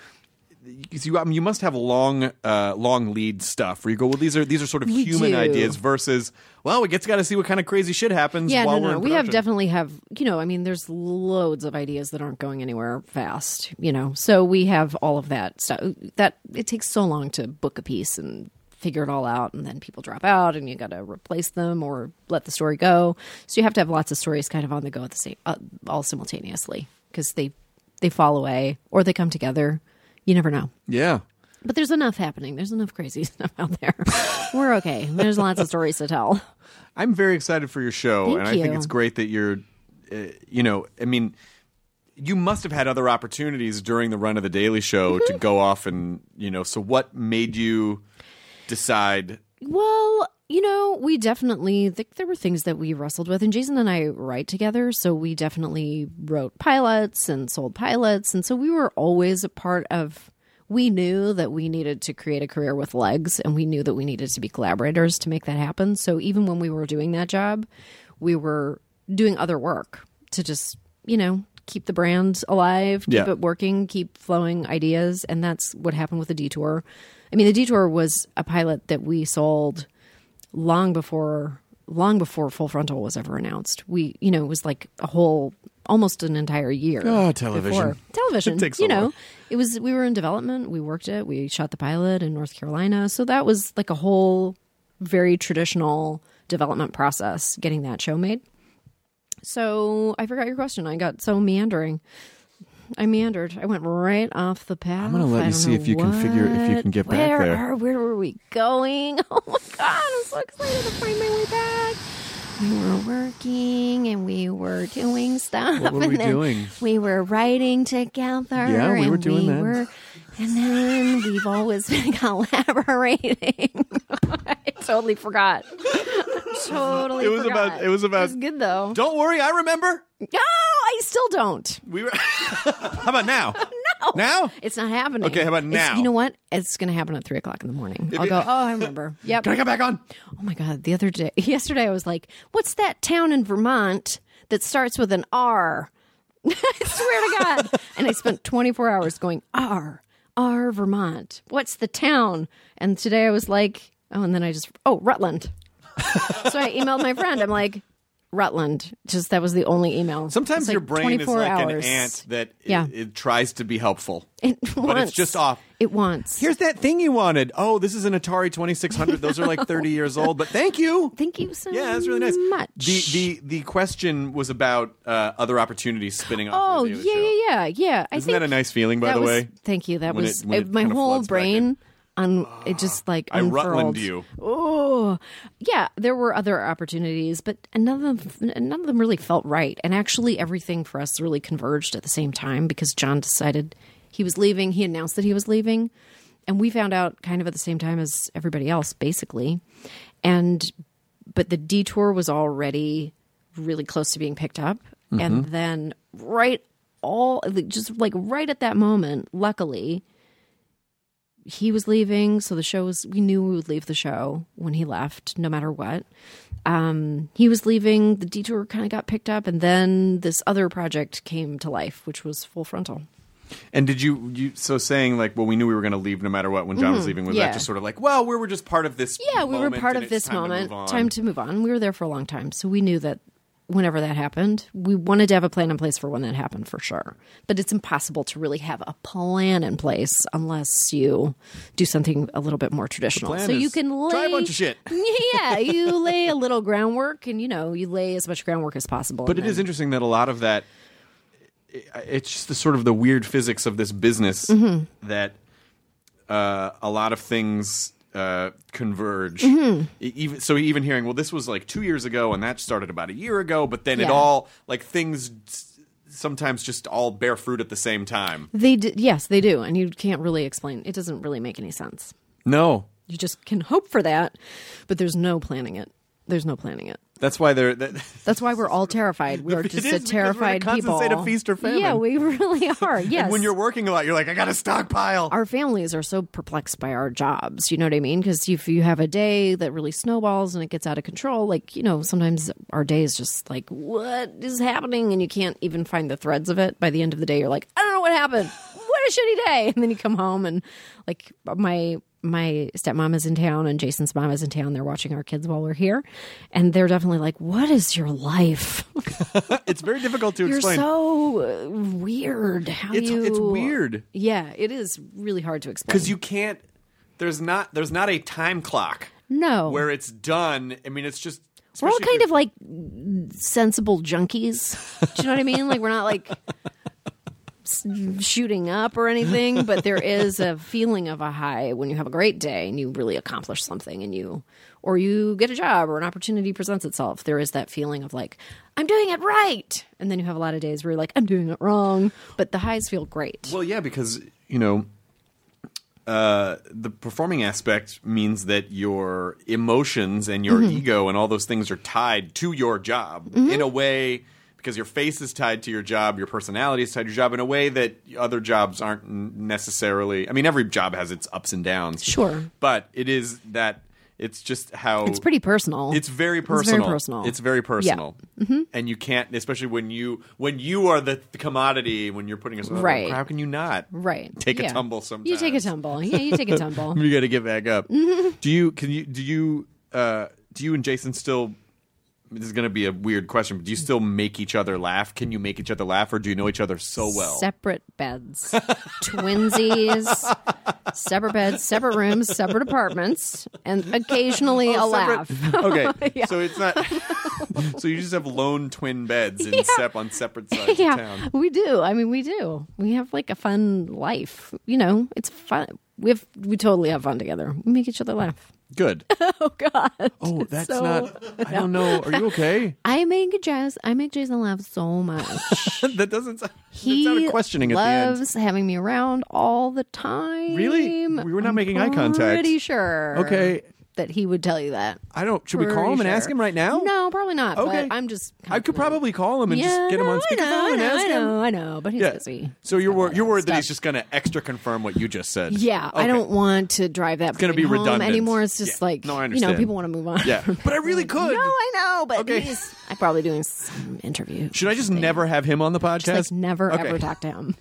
Speaker 1: 'cause you, I mean, you must have long uh, long lead stuff where you go well these are these are sort of
Speaker 5: We
Speaker 1: human
Speaker 5: do.
Speaker 1: ideas versus well we just got to see what kind of crazy shit happens
Speaker 5: Yeah,
Speaker 1: while
Speaker 5: no,
Speaker 1: we're
Speaker 5: no.
Speaker 1: in
Speaker 5: We have
Speaker 1: production.
Speaker 5: definitely have, you know, I mean, there's loads of ideas that aren't going anywhere fast, you know. So we have all of that stuff. That it takes so long to book a piece and figure it all out, and then people drop out, and you got to replace them or let the story go. So you have to have lots of stories kind of on the go at the same, uh, all simultaneously, because they they fall away or they come together. You never know.
Speaker 1: yeah
Speaker 5: But there's enough happening. There's enough crazy [LAUGHS] stuff out there. We're okay. There's lots of stories to tell.
Speaker 1: I'm very excited for your show
Speaker 5: Thank
Speaker 1: and I think
Speaker 5: you.
Speaker 1: it's great that you're uh, you know I mean you must have had other opportunities during the run of the Daily Show
Speaker 5: Mm-hmm.
Speaker 1: to go off and you know so what made you decide
Speaker 5: Well, you know, we definitely think there were things that we wrestled with, and Jason and I write together, so we definitely wrote pilots and sold pilots, and so we were always a part of. We knew that we needed to create a career with legs, and we knew that we needed to be collaborators to make that happen. So even when we were doing that job, we were doing other work to just, you know, keep the brand alive, keep
Speaker 1: Yeah.
Speaker 5: it working, keep flowing ideas. And that's what happened with the detour. I mean, the detour was a pilot that we sold long before long before full frontal was ever announced. We, you know, it was like a whole almost an entire year.
Speaker 1: Ah, television.
Speaker 5: before.
Speaker 1: [LAUGHS]
Speaker 5: Television.
Speaker 1: It takes
Speaker 5: you
Speaker 1: a
Speaker 5: know,
Speaker 1: while.
Speaker 5: it was we were in development, we worked it, we shot the pilot in North Carolina. So that was like a whole very traditional development process getting that show made. So I forgot your question. I got so meandering. I meandered. I went right off the path. I'm
Speaker 1: gonna let you see if you can figure- if you can get back
Speaker 5: where
Speaker 1: there.
Speaker 5: Are, where were we going? [LAUGHS] Oh my god! I'm so excited to find my way back. We were working and we were doing stuff.
Speaker 1: What were
Speaker 5: and
Speaker 1: we
Speaker 5: then
Speaker 1: doing?
Speaker 5: We were writing together.
Speaker 1: Yeah, we were
Speaker 5: and
Speaker 1: doing
Speaker 5: we
Speaker 1: that.
Speaker 5: were- and then we've always [LAUGHS] been collaborating. [LAUGHS] I totally forgot. [LAUGHS] totally.
Speaker 1: It was
Speaker 5: forgot.
Speaker 1: about- it was about-
Speaker 5: It was good though.
Speaker 1: Don't worry I remember
Speaker 5: No, I still don't.
Speaker 1: We were. [LAUGHS] how about
Speaker 5: [LAUGHS]
Speaker 1: now? No. Now?
Speaker 5: It's not happening.
Speaker 1: Okay, how about
Speaker 5: It's-
Speaker 1: now?
Speaker 5: you know what? It's going to happen at three o'clock in the morning.
Speaker 1: [LAUGHS]
Speaker 5: I'll go. Oh, I remember. Yep.
Speaker 1: Can I come back on?
Speaker 5: Oh my god! The other day, [LAUGHS] yesterday, I was like, "What's that town in Vermont that starts with an R?" [LAUGHS] I swear to God. and I spent 24 hours going R R Vermont. What's the town? And today I was like, oh, and then I just oh Rutland. [LAUGHS] so I emailed my friend. I'm like. Rutland. Just that was the only email.
Speaker 1: Sometimes
Speaker 5: It's like
Speaker 1: your brain is
Speaker 5: 24
Speaker 1: like
Speaker 5: hours.
Speaker 1: an ant that i-
Speaker 5: Yeah.
Speaker 1: it, tries to be helpful.
Speaker 5: [LAUGHS] It
Speaker 1: But it's
Speaker 5: wants.
Speaker 1: just off.
Speaker 5: It wants.
Speaker 1: Here's that thing you wanted. Oh, this is an Atari 2600. Those are like 30 years old, but thank you.
Speaker 5: [LAUGHS] Thank you so
Speaker 1: Yeah, that's really nice.
Speaker 5: much.
Speaker 1: The the the question was about uh, other opportunities spinning off.
Speaker 5: oh
Speaker 1: of the other
Speaker 5: yeah,
Speaker 1: show.
Speaker 5: yeah, yeah, yeah. I
Speaker 1: Isn't
Speaker 5: think
Speaker 1: that a nice feeling, by
Speaker 5: that
Speaker 1: the
Speaker 5: was-
Speaker 1: way?
Speaker 5: Thank you. That
Speaker 1: When
Speaker 5: was
Speaker 1: it- when
Speaker 5: uh,
Speaker 1: it
Speaker 5: my
Speaker 1: kinda
Speaker 5: whole
Speaker 1: floods back in.
Speaker 5: brain. Un, it just like
Speaker 1: Ah, I Rutland
Speaker 5: unfurled.
Speaker 1: you.
Speaker 5: Oh yeah, there were other opportunities, but none of them, none of them really felt right. And actually, everything for us really converged at the same time because John decided he was leaving. He announced that he was leaving, and we found out kind of at the same time as everybody else, basically. And but the detour was already really close to being picked up, and
Speaker 1: Mm-hmm.
Speaker 5: then right all like, just like right at that moment, luckily he was leaving, so the show was. We knew we would leave the show when he left, no matter what. Um, he was leaving. The detour kind of got picked up, and then this other project came to life, which was Full Frontal.
Speaker 1: And did you, you so saying like, well, we knew we were going to leave no matter what when John was leaving? Was
Speaker 5: Mm-hmm. yeah.
Speaker 1: that just sort of like, well, we were just part of this?
Speaker 5: Yeah, we were
Speaker 1: moment
Speaker 5: part
Speaker 1: and
Speaker 5: of
Speaker 1: it's
Speaker 5: this
Speaker 1: time to
Speaker 5: moment.
Speaker 1: move on?
Speaker 5: time to move on. We were there for a long time, so we knew that whenever that happened, we wanted to have a plan in place for when that happened for sure. But it's impossible to really have a plan in place unless you do something a little bit more traditional.
Speaker 1: plan
Speaker 5: So you
Speaker 1: is
Speaker 5: can lay
Speaker 1: try a bunch of shit.
Speaker 5: [LAUGHS] yeah, you
Speaker 1: [LAUGHS]
Speaker 5: lay a little groundwork, and you know you lay as much groundwork as possible.
Speaker 1: But
Speaker 5: and
Speaker 1: it is
Speaker 5: then-
Speaker 1: interesting that a lot of that, i- it's just the sort of the weird physics of this business
Speaker 5: Mm-hmm.
Speaker 1: that uh, a lot of things uh, converge.
Speaker 5: Mm-hmm.
Speaker 1: E- Even so, even hearing well, this was like two years ago, and that started about a year ago, but then it
Speaker 5: Yeah.
Speaker 1: all like things s- sometimes just all bear fruit at the same time.
Speaker 5: They d- yes, they do, and you can't really explain. It doesn't really make any sense.
Speaker 1: No,
Speaker 5: You just can hope for that, but there's no planning it. There's no planning it.
Speaker 1: that's why they're. That,
Speaker 5: That's why we're all terrified. We're
Speaker 1: It is
Speaker 5: just a
Speaker 1: because we're a
Speaker 5: terrified people.
Speaker 1: constant state of feast or famine.
Speaker 5: Yeah, we [LAUGHS] really are. Yes.
Speaker 1: when you're working a lot, you're like, I got to stockpile.
Speaker 5: our families are so perplexed by our jobs. You know what I mean? Because if you have a day that really snowballs and it gets out of control, like, you know, sometimes our day is just like, what is happening? And you can't even find the threads of it. By the end of the day, you're like, I don't know what happened. What a shitty day. [LAUGHS] And then you come home and, like, my. My stepmom is in town and Jason's mom is in town. They're watching our kids while we're here. And they're definitely like, What is your life?
Speaker 1: it's very difficult to
Speaker 5: You're
Speaker 1: explain.
Speaker 5: so uh, weird. How
Speaker 1: It's-
Speaker 5: you?
Speaker 1: it's weird.
Speaker 5: Yeah, it is really hard to explain.
Speaker 1: because you can't there's not there's not a time clock
Speaker 5: no,
Speaker 1: where it's done i mean it's just
Speaker 5: we're all
Speaker 1: especially if
Speaker 5: kind
Speaker 1: you're-
Speaker 5: of like sensible junkies. Do you know what I mean? Like we're not like s- shooting up or anything, but there is a feeling of a high when you have a great day and you really accomplish something, and you or you get a job or an opportunity presents itself. There is that feeling of like I'm doing it right, and then you have a lot of days where you're like I'm doing it wrong, but the highs feel great.
Speaker 1: well yeah because you know uh, the performing aspect means that your emotions and your
Speaker 5: Mm-hmm.
Speaker 1: ego and all those things are tied to your job in a way because your face is tied to your job, your personality is tied to your job in a way that other jobs aren't n- necessarily. I mean, every job has its ups and downs.
Speaker 5: Sure.
Speaker 1: But it is that it's just how
Speaker 5: It's pretty personal.
Speaker 1: It's very
Speaker 5: very
Speaker 1: personal.
Speaker 5: personal. Mm-hmm.
Speaker 1: It's very personal. And you can't, especially when you when you are the, the commodity when you're putting yourself. out there,
Speaker 5: Right.
Speaker 1: How can you not?
Speaker 5: right.
Speaker 1: Take a
Speaker 5: Yeah.
Speaker 1: tumble
Speaker 5: You take a
Speaker 1: sometimes.
Speaker 5: tumble. Yeah, you take a tumble.
Speaker 1: You got to get back up.
Speaker 5: Mm-hmm.
Speaker 1: Do you? Can you? Do you? Uh, do you and Jason still? This is going to be a weird question, but do you still make each other laugh? Can you make each other laugh, or do you know each other so [LAUGHS] well?
Speaker 5: Separate beds, twinsies, separate beds, separate rooms, separate apartments, and occasionally a laugh. [LAUGHS]
Speaker 1: okay, so it's not. so you just have lone twin beds in sep on separate sides
Speaker 5: [LAUGHS] yeah,
Speaker 1: of town.
Speaker 5: we do. I mean, we do. We have like a fun life. You know, it's fun. We have we totally have fun together. We make each other laugh.
Speaker 1: Good.
Speaker 5: [LAUGHS] Oh God,
Speaker 1: Oh, that's
Speaker 5: So-
Speaker 1: not. I don't know. Are you okay?
Speaker 5: I make Jazz. I make Jason laugh so much.
Speaker 1: that doesn't sound.
Speaker 5: He
Speaker 1: He sounded questioning at the end.
Speaker 5: loves having me around all the time.
Speaker 1: Really? We were not
Speaker 5: I'm
Speaker 1: making eye contact.
Speaker 5: Pretty sure.
Speaker 1: Okay.
Speaker 5: that he would tell you that.
Speaker 1: I don't. Should we call
Speaker 5: Pretty
Speaker 1: him and
Speaker 5: sure.
Speaker 1: ask him right now?
Speaker 5: No, probably not.
Speaker 1: Okay.
Speaker 5: But I'm just.
Speaker 1: I could probably call him and
Speaker 5: yeah,
Speaker 1: just get him
Speaker 5: no,
Speaker 1: on
Speaker 5: I know,
Speaker 1: speakerphone
Speaker 5: I
Speaker 1: and
Speaker 5: know,
Speaker 1: ask
Speaker 5: I
Speaker 1: him.
Speaker 5: know, I know, but he's
Speaker 1: Yeah.
Speaker 5: busy.
Speaker 1: So you're wor- you're worried that
Speaker 5: Stuff.
Speaker 1: he's just going to extra confirm what you just said.
Speaker 5: Yeah, I
Speaker 1: Okay.
Speaker 5: don't want to drive that. It's
Speaker 1: gonna be
Speaker 5: home
Speaker 1: redundant.
Speaker 5: anymore. It's just
Speaker 1: Yeah.
Speaker 5: like
Speaker 1: No, I
Speaker 5: you know,
Speaker 1: understand.
Speaker 5: people want to move on. [LAUGHS]
Speaker 1: Yeah, but I really
Speaker 5: no,
Speaker 1: could.
Speaker 5: I know, but
Speaker 1: Okay.
Speaker 5: he's I'm probably doing some interview.
Speaker 1: Should I just never have him on the podcast?
Speaker 5: Just like never
Speaker 1: Okay.
Speaker 5: ever talk to him.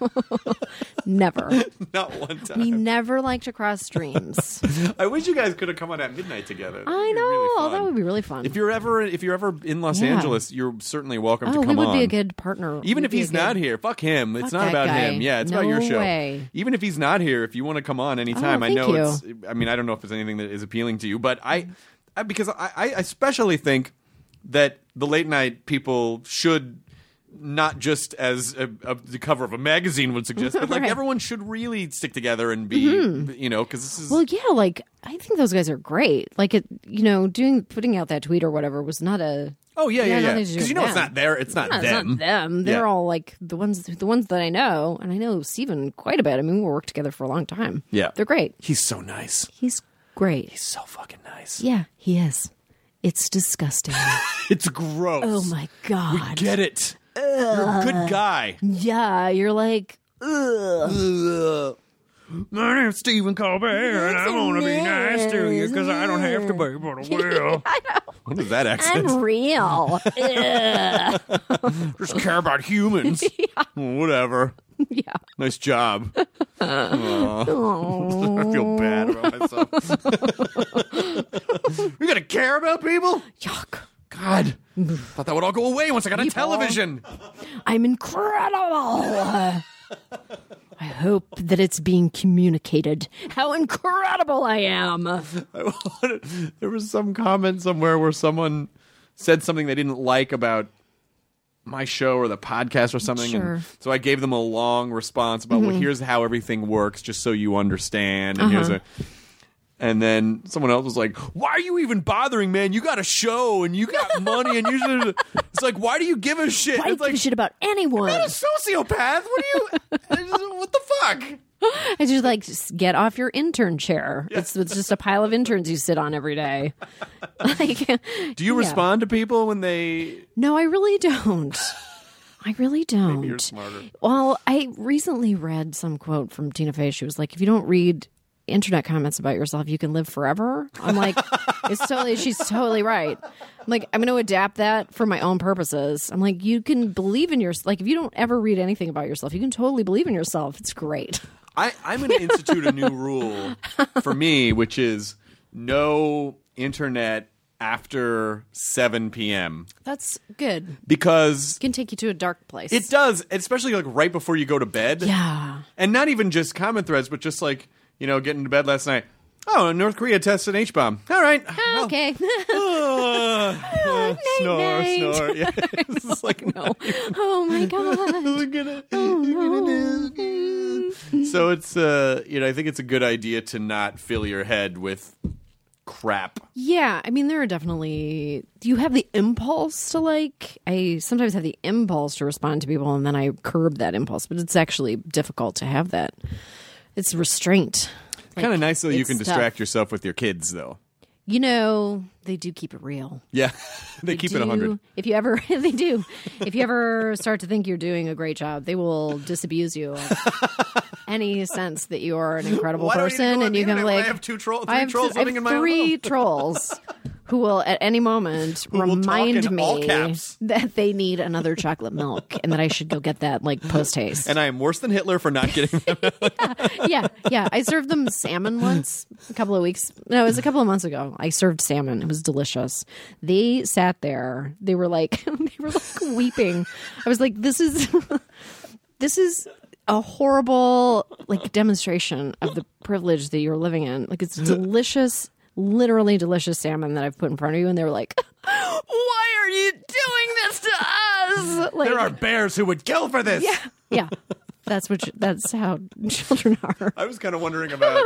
Speaker 5: [LAUGHS] never.
Speaker 1: [LAUGHS] Not one time.
Speaker 5: We never like to cross streams.
Speaker 1: I wish you guys could have come on at midnight together. That'd
Speaker 5: I
Speaker 1: be
Speaker 5: know.
Speaker 1: really
Speaker 5: Oh,
Speaker 1: fun.
Speaker 5: that would be really fun.
Speaker 1: If you're ever if you're ever in Los
Speaker 5: Yeah.
Speaker 1: Angeles, you're certainly welcome
Speaker 5: oh,
Speaker 1: to
Speaker 5: we
Speaker 1: come
Speaker 5: would
Speaker 1: on.
Speaker 5: be a good partner.
Speaker 1: Even
Speaker 5: We'd
Speaker 1: if
Speaker 5: be a
Speaker 1: he's
Speaker 5: good-
Speaker 1: not here, fuck him. It's
Speaker 5: Fuck
Speaker 1: not
Speaker 5: that
Speaker 1: about
Speaker 5: guy.
Speaker 1: him. Yeah, it's about
Speaker 5: No
Speaker 1: your show.
Speaker 5: way.
Speaker 1: Even if he's not here, if you want to come on anytime,
Speaker 5: Oh,
Speaker 1: I
Speaker 5: thank
Speaker 1: know
Speaker 5: you.
Speaker 1: it's. I mean, I don't know if it's anything that is appealing to you, but I, I because I, I especially think that the late night people should. Not just as a, a, the cover of a magazine would suggest, but like
Speaker 5: [LAUGHS] Right. Mm-hmm.
Speaker 1: everyone should really stick together and be, you know, because this is
Speaker 5: Well, yeah, like I think those guys are great. Like it, you know, doing putting out that tweet or whatever was not a.
Speaker 1: oh yeah yeah
Speaker 5: Yeah,
Speaker 1: yeah
Speaker 5: nothing to do
Speaker 1: because you
Speaker 5: with
Speaker 1: know it's
Speaker 5: them.
Speaker 1: not there it's not
Speaker 5: No, it's
Speaker 1: them
Speaker 5: not them. They're
Speaker 1: Yeah.
Speaker 5: all like the ones, the ones that I know, and I know Steven quite a bit. I mean, we worked together for a long time.
Speaker 1: Yeah.
Speaker 5: they're great.
Speaker 1: he's so nice
Speaker 5: He's great.
Speaker 1: he's so fucking nice
Speaker 5: yeah, he is. It's [LAUGHS] disgusting.
Speaker 1: it's gross
Speaker 5: oh my god.
Speaker 1: Get it. You're a good guy.
Speaker 5: yeah, you're like. Ugh.
Speaker 1: Ugh. my name's Stephen Colbert, and I want to be nice to you because I don't have to be, [LAUGHS] but I
Speaker 5: [LAUGHS]
Speaker 1: will. What is that accent?
Speaker 5: Unreal.
Speaker 1: Just care about [LAUGHS] humans. Whatever.
Speaker 5: [LAUGHS] yeah.
Speaker 1: Nice [LAUGHS] job. Aw. I feel bad about [LAUGHS] myself. we gotta care about people?
Speaker 5: Yuck.
Speaker 1: God. Thought that would all go away once I got on television.
Speaker 5: I'm incredible. I hope that it's being communicated how incredible I am.
Speaker 1: I wanted, [LAUGHS] there was some comment somewhere where someone said something they didn't like about my show or the podcast or something. and
Speaker 5: Sure. Mm-hmm.
Speaker 1: so I gave them a long response about well, here's how everything works, just so you understand. And here's
Speaker 5: Uh-huh.
Speaker 1: a and then someone else was like, "Why are you even bothering, man? You got a show and you
Speaker 5: [LAUGHS]
Speaker 1: got money, and you should." It's like, why do you give a shit?
Speaker 5: Why do you
Speaker 1: it's like,
Speaker 5: give a shit about anyone?
Speaker 1: I'm a sociopath. What do you? [LAUGHS] I just- what the fuck?
Speaker 5: I just like just get off your intern chair. It's, it's just a pile of interns you sit on every day. [LAUGHS] Like,
Speaker 1: Do you
Speaker 5: Yeah.
Speaker 1: respond to people when they?
Speaker 5: no, I really don't. I really don't.
Speaker 1: You're smarter.
Speaker 5: Well, I recently read some quote from Tina Fey. She was like, "If you don't read internet comments about yourself, you can live forever."
Speaker 1: [LAUGHS]
Speaker 5: I'm like, "It's totally." She's totally right. I'm like, I'm going to adapt that for my own purposes. I'm like, you can believe in yourself. Like, if you don't ever read anything about yourself, you can totally believe in yourself. It's great.
Speaker 1: I, I'm going to institute a new rule for me, which is no internet after 7 p.m.
Speaker 5: That's good.
Speaker 1: because
Speaker 5: It can take you to a dark place.
Speaker 1: it does, especially like right before you go to bed.
Speaker 5: Yeah.
Speaker 1: And not even just common threads, but just like, you know, getting to bed last night. Oh, North Korea tests an H bomb. All
Speaker 5: [LAUGHS]
Speaker 1: right. Well,
Speaker 5: Okay.
Speaker 1: uh, uh, snore,
Speaker 5: night.
Speaker 1: snore. [LAUGHS] Yeah. it's just
Speaker 5: [LAUGHS]
Speaker 1: like, no.
Speaker 5: oh
Speaker 1: [LAUGHS]
Speaker 5: my god. Oh,
Speaker 1: so it's uh you know i think it's a good idea to not fill your head with crap
Speaker 5: Yeah, I mean, there are definitely. You have the impulse to like. I sometimes have the impulse to respond to people, and then I curb that impulse. But it's actually difficult to have that. It's restraint.
Speaker 1: kind of nice though you
Speaker 5: it's
Speaker 1: can
Speaker 5: tough.
Speaker 1: distract yourself with your kids though
Speaker 5: You know, they do keep it real.
Speaker 1: yeah [LAUGHS] they keep it
Speaker 5: Do-
Speaker 1: 100
Speaker 5: If you ever, [LAUGHS] they do. If you ever start to think you're doing a great job, they will disabuse you of
Speaker 1: [LAUGHS]
Speaker 5: any sense that you are an incredible
Speaker 1: Why don't you
Speaker 5: person,
Speaker 1: go on
Speaker 5: and
Speaker 1: the
Speaker 5: you can
Speaker 1: internet? I
Speaker 5: like.
Speaker 1: have two troll-
Speaker 5: I
Speaker 1: three
Speaker 5: have,
Speaker 1: trolls
Speaker 5: I have
Speaker 1: living in my own
Speaker 5: three
Speaker 1: home.
Speaker 5: trolls who will at any
Speaker 1: [LAUGHS]
Speaker 5: moment
Speaker 1: will talk
Speaker 5: remind
Speaker 1: in
Speaker 5: me
Speaker 1: all caps.
Speaker 5: that they need another chocolate milk and that I should go get that like post haste.
Speaker 1: and i am worse than hitler for not
Speaker 5: [LAUGHS]
Speaker 1: getting [LAUGHS]
Speaker 5: yeah, yeah. I served them salmon once a couple of weeks. No, it was a couple of months ago. I served salmon. It was delicious. They sat there. They were like [LAUGHS] they were like weeping. I was like, this is [LAUGHS] this is a horrible like demonstration of the privilege that you're living in. Like it's delicious, literally delicious salmon that I've put in front of you, and they were like, [LAUGHS] why are you doing this to us? Like,
Speaker 1: there are bears who would kill for this
Speaker 5: yeah. That's what you- that's how [LAUGHS] children are.
Speaker 1: [LAUGHS] i was kind of wondering about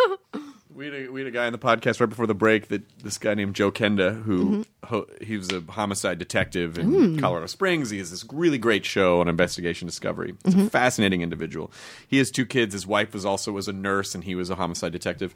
Speaker 1: we had, a, we had a guy on the podcast right before the break that this guy named joe kenda who ho, he was a homicide detective in colorado springs he has this really great show on investigation discovery he's a fascinating individual he has two kids his wife was also was a nurse and he was a homicide detective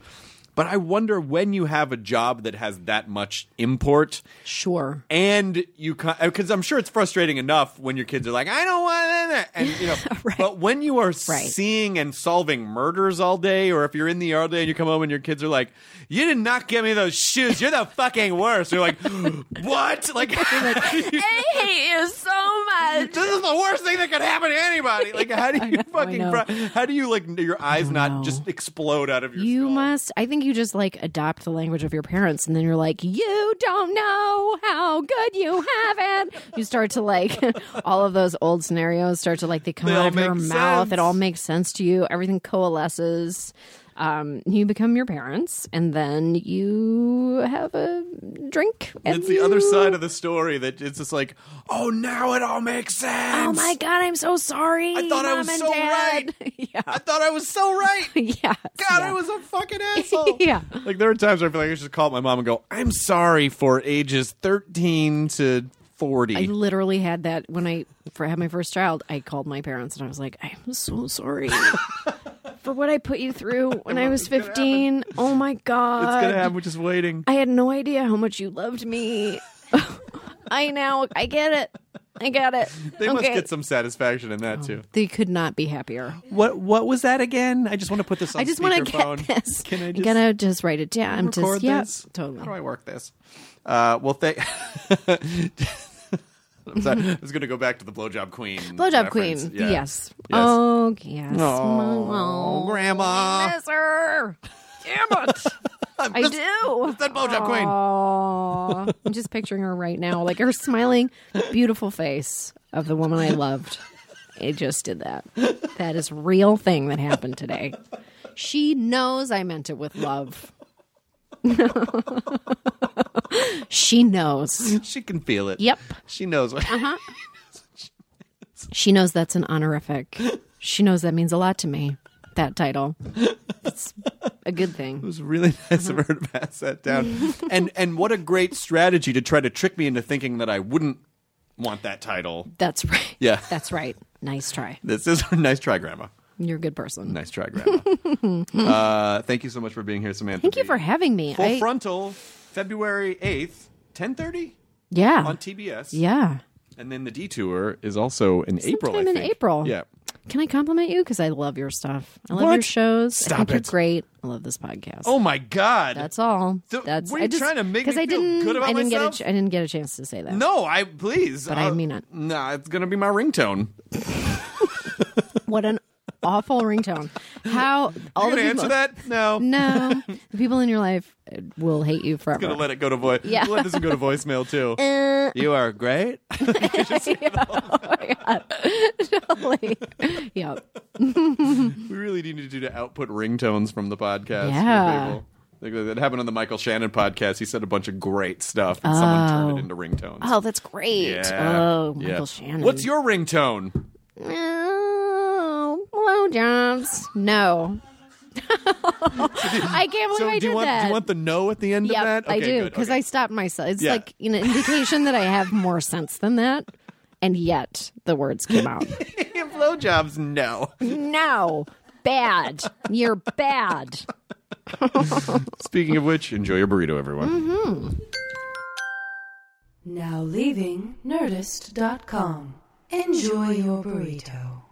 Speaker 1: but i wonder when you have a job that has that much import
Speaker 5: Sure.
Speaker 1: and you because I'm sure it's frustrating enough when your kids are like, I don't want that, and
Speaker 5: [LAUGHS]
Speaker 1: you know. But when you are seeing and solving murders all day, or if you're in the yard all day and you come home and your kids are like, "You did not get me those shoes. You're the fucking worst." You're like, [GASPS] "What?"
Speaker 5: [LAUGHS]
Speaker 1: Like, [LAUGHS]
Speaker 5: I hate you so much.
Speaker 1: this is the worst thing that could happen to anybody. Like, how do you
Speaker 5: know, [LAUGHS] I
Speaker 1: fucking?
Speaker 5: know.
Speaker 1: fr- how do you like your eyes not
Speaker 5: know.
Speaker 1: just explode out of your?
Speaker 5: You
Speaker 1: skull?
Speaker 5: must. I think you just like adopt the language of your parents, and then you're like, you don't know how good you have it. You start to like [LAUGHS] all of those old scenarios start to like they come
Speaker 1: They all
Speaker 5: out of your
Speaker 1: make
Speaker 5: mouth.
Speaker 1: sense.
Speaker 5: It all makes sense to you. Everything coalesces. Um, you become your parents, and then you have a drink. And
Speaker 1: It's the other side of the story that it's just like, oh, now it all makes sense.
Speaker 5: Oh my god! I'm so sorry.
Speaker 1: I thought I was
Speaker 5: Mom and
Speaker 1: so
Speaker 5: Dad. yeah.
Speaker 1: I thought I was so right.
Speaker 5: [LAUGHS] Yes.
Speaker 1: God,
Speaker 5: [LAUGHS] yeah.
Speaker 1: I was a fucking asshole.
Speaker 5: Yeah.
Speaker 1: Like there were times where I feel like I should call my mom and go, "I'm sorry for ages 13 to 40."
Speaker 5: I literally had that when I for, had my first child. I called my parents and I was like, I am
Speaker 1: [LAUGHS]
Speaker 5: so sorry for what I put you through when I was 15. Oh my God.
Speaker 1: it's gonna happen. We're just waiting.
Speaker 5: [LAUGHS] I had no idea how much you loved me. I now, I get it. I got it.
Speaker 1: They
Speaker 5: okay. Oh.
Speaker 1: must get some satisfaction in that too.
Speaker 5: They could not be happier.
Speaker 1: What What was that again? I just want to put this on
Speaker 5: I just want to
Speaker 1: speakerphone.
Speaker 5: get this.
Speaker 1: Can I
Speaker 5: I'm
Speaker 1: just
Speaker 5: gonna just write it down. I'm
Speaker 1: record
Speaker 5: just yeah,
Speaker 1: this? How do
Speaker 5: totally.
Speaker 1: I work this? Uh, well, thank. [LAUGHS] I'm sorry. I was going to go back to the blowjob queen.
Speaker 5: Blowjob
Speaker 1: reference.
Speaker 5: queen.
Speaker 1: Yeah.
Speaker 5: Yes.
Speaker 1: Yes.
Speaker 5: Oh yes.
Speaker 1: Oh, Grandma.
Speaker 5: I miss her. Damn it. I do.
Speaker 1: That blowjob queen.
Speaker 5: Aw. I'm just picturing her right now, like her smiling, beautiful face of the woman I loved. It just did that. That is real thing that happened today. She knows I meant it with love. [LAUGHS] she knows.
Speaker 1: She can feel it.
Speaker 5: Yep.
Speaker 1: She knows what. [LAUGHS]
Speaker 5: She knows that's an honorific. She knows that means a lot to me. That title. It's a good
Speaker 1: It
Speaker 5: thing.
Speaker 1: was really nice of her to pass that
Speaker 5: [LAUGHS]
Speaker 1: down. and and what a great strategy to try to trick me into thinking that I wouldn't want that title.
Speaker 5: That's [LAUGHS] right.
Speaker 1: Yeah.
Speaker 5: That's right. Nice try.
Speaker 1: This is [LAUGHS] nice try, Grandma.
Speaker 5: You're a good person.
Speaker 1: Nice try, Grandma.
Speaker 5: [LAUGHS]
Speaker 1: uh, thank you so much for being here, Samantha.
Speaker 5: Thank you
Speaker 1: Bee.
Speaker 5: for having me.
Speaker 1: Full
Speaker 5: I-
Speaker 1: frontal, February eighth, ten thirty
Speaker 5: yeah.
Speaker 1: on TBS.
Speaker 5: Yeah.
Speaker 1: And then the detour is also in April. I
Speaker 5: Sometime in
Speaker 1: think.
Speaker 5: April.
Speaker 1: Yeah.
Speaker 5: Can I compliment you? Because I love your stuff. I love
Speaker 1: What?
Speaker 5: your shows.
Speaker 1: Stop
Speaker 5: I think
Speaker 1: it.
Speaker 5: you're great. I love this podcast.
Speaker 1: Oh my God.
Speaker 5: That's all.
Speaker 1: So,
Speaker 5: That's
Speaker 1: were you
Speaker 5: I just,
Speaker 1: trying to make
Speaker 5: 'cause
Speaker 1: me
Speaker 5: I
Speaker 1: feel
Speaker 5: didn't,
Speaker 1: good about
Speaker 5: I didn't
Speaker 1: myself?
Speaker 5: Get a ch- I didn't get a chance to say that.
Speaker 1: no, I please. But
Speaker 5: I mean it.
Speaker 1: Nah, it's gonna be my ringtone.
Speaker 5: What an
Speaker 1: [LAUGHS]
Speaker 5: awful ringtone. How all
Speaker 1: You gonna
Speaker 5: the people,
Speaker 1: answer that? No. [LAUGHS]
Speaker 5: No, the people in your life uh, will hate you forever.
Speaker 1: gonna let it go to voice. Yeah. Let this one go to voicemail
Speaker 5: [LAUGHS]
Speaker 1: too.
Speaker 5: Uh.
Speaker 1: you are great.
Speaker 5: [LAUGHS] totally. yep.
Speaker 1: [LAUGHS] we really need to do to output ringtones from the podcast.
Speaker 5: Yeah.
Speaker 1: For people. Like, That happened on the Michael Shannon podcast. He said a bunch of great stuff, and someone turned it into ringtones.
Speaker 5: Oh, that's great.
Speaker 1: Yeah.
Speaker 5: Oh,
Speaker 1: Yeah.
Speaker 5: Michael Shannon.
Speaker 1: What's your ringtone?
Speaker 5: Oh, blowjobs.
Speaker 1: [LAUGHS]
Speaker 5: No. I can't believe
Speaker 1: So
Speaker 5: I
Speaker 1: do
Speaker 5: did
Speaker 1: you want
Speaker 5: that.
Speaker 1: do you want the no at the end
Speaker 5: Yep,
Speaker 1: of that?
Speaker 5: I
Speaker 1: Okay,
Speaker 5: do
Speaker 1: good.
Speaker 5: because
Speaker 1: Okay.
Speaker 5: I stopped myself. It's
Speaker 1: Yeah.
Speaker 5: like an indication that I have more sense than that, and yet the words came
Speaker 1: [LAUGHS]
Speaker 5: out.
Speaker 1: [LAUGHS] blowjobs. No.
Speaker 5: no, bad. You're bad.
Speaker 1: Speaking of which, enjoy your burrito, everyone.
Speaker 4: Now leaving Nerdist.com. Enjoy your burrito.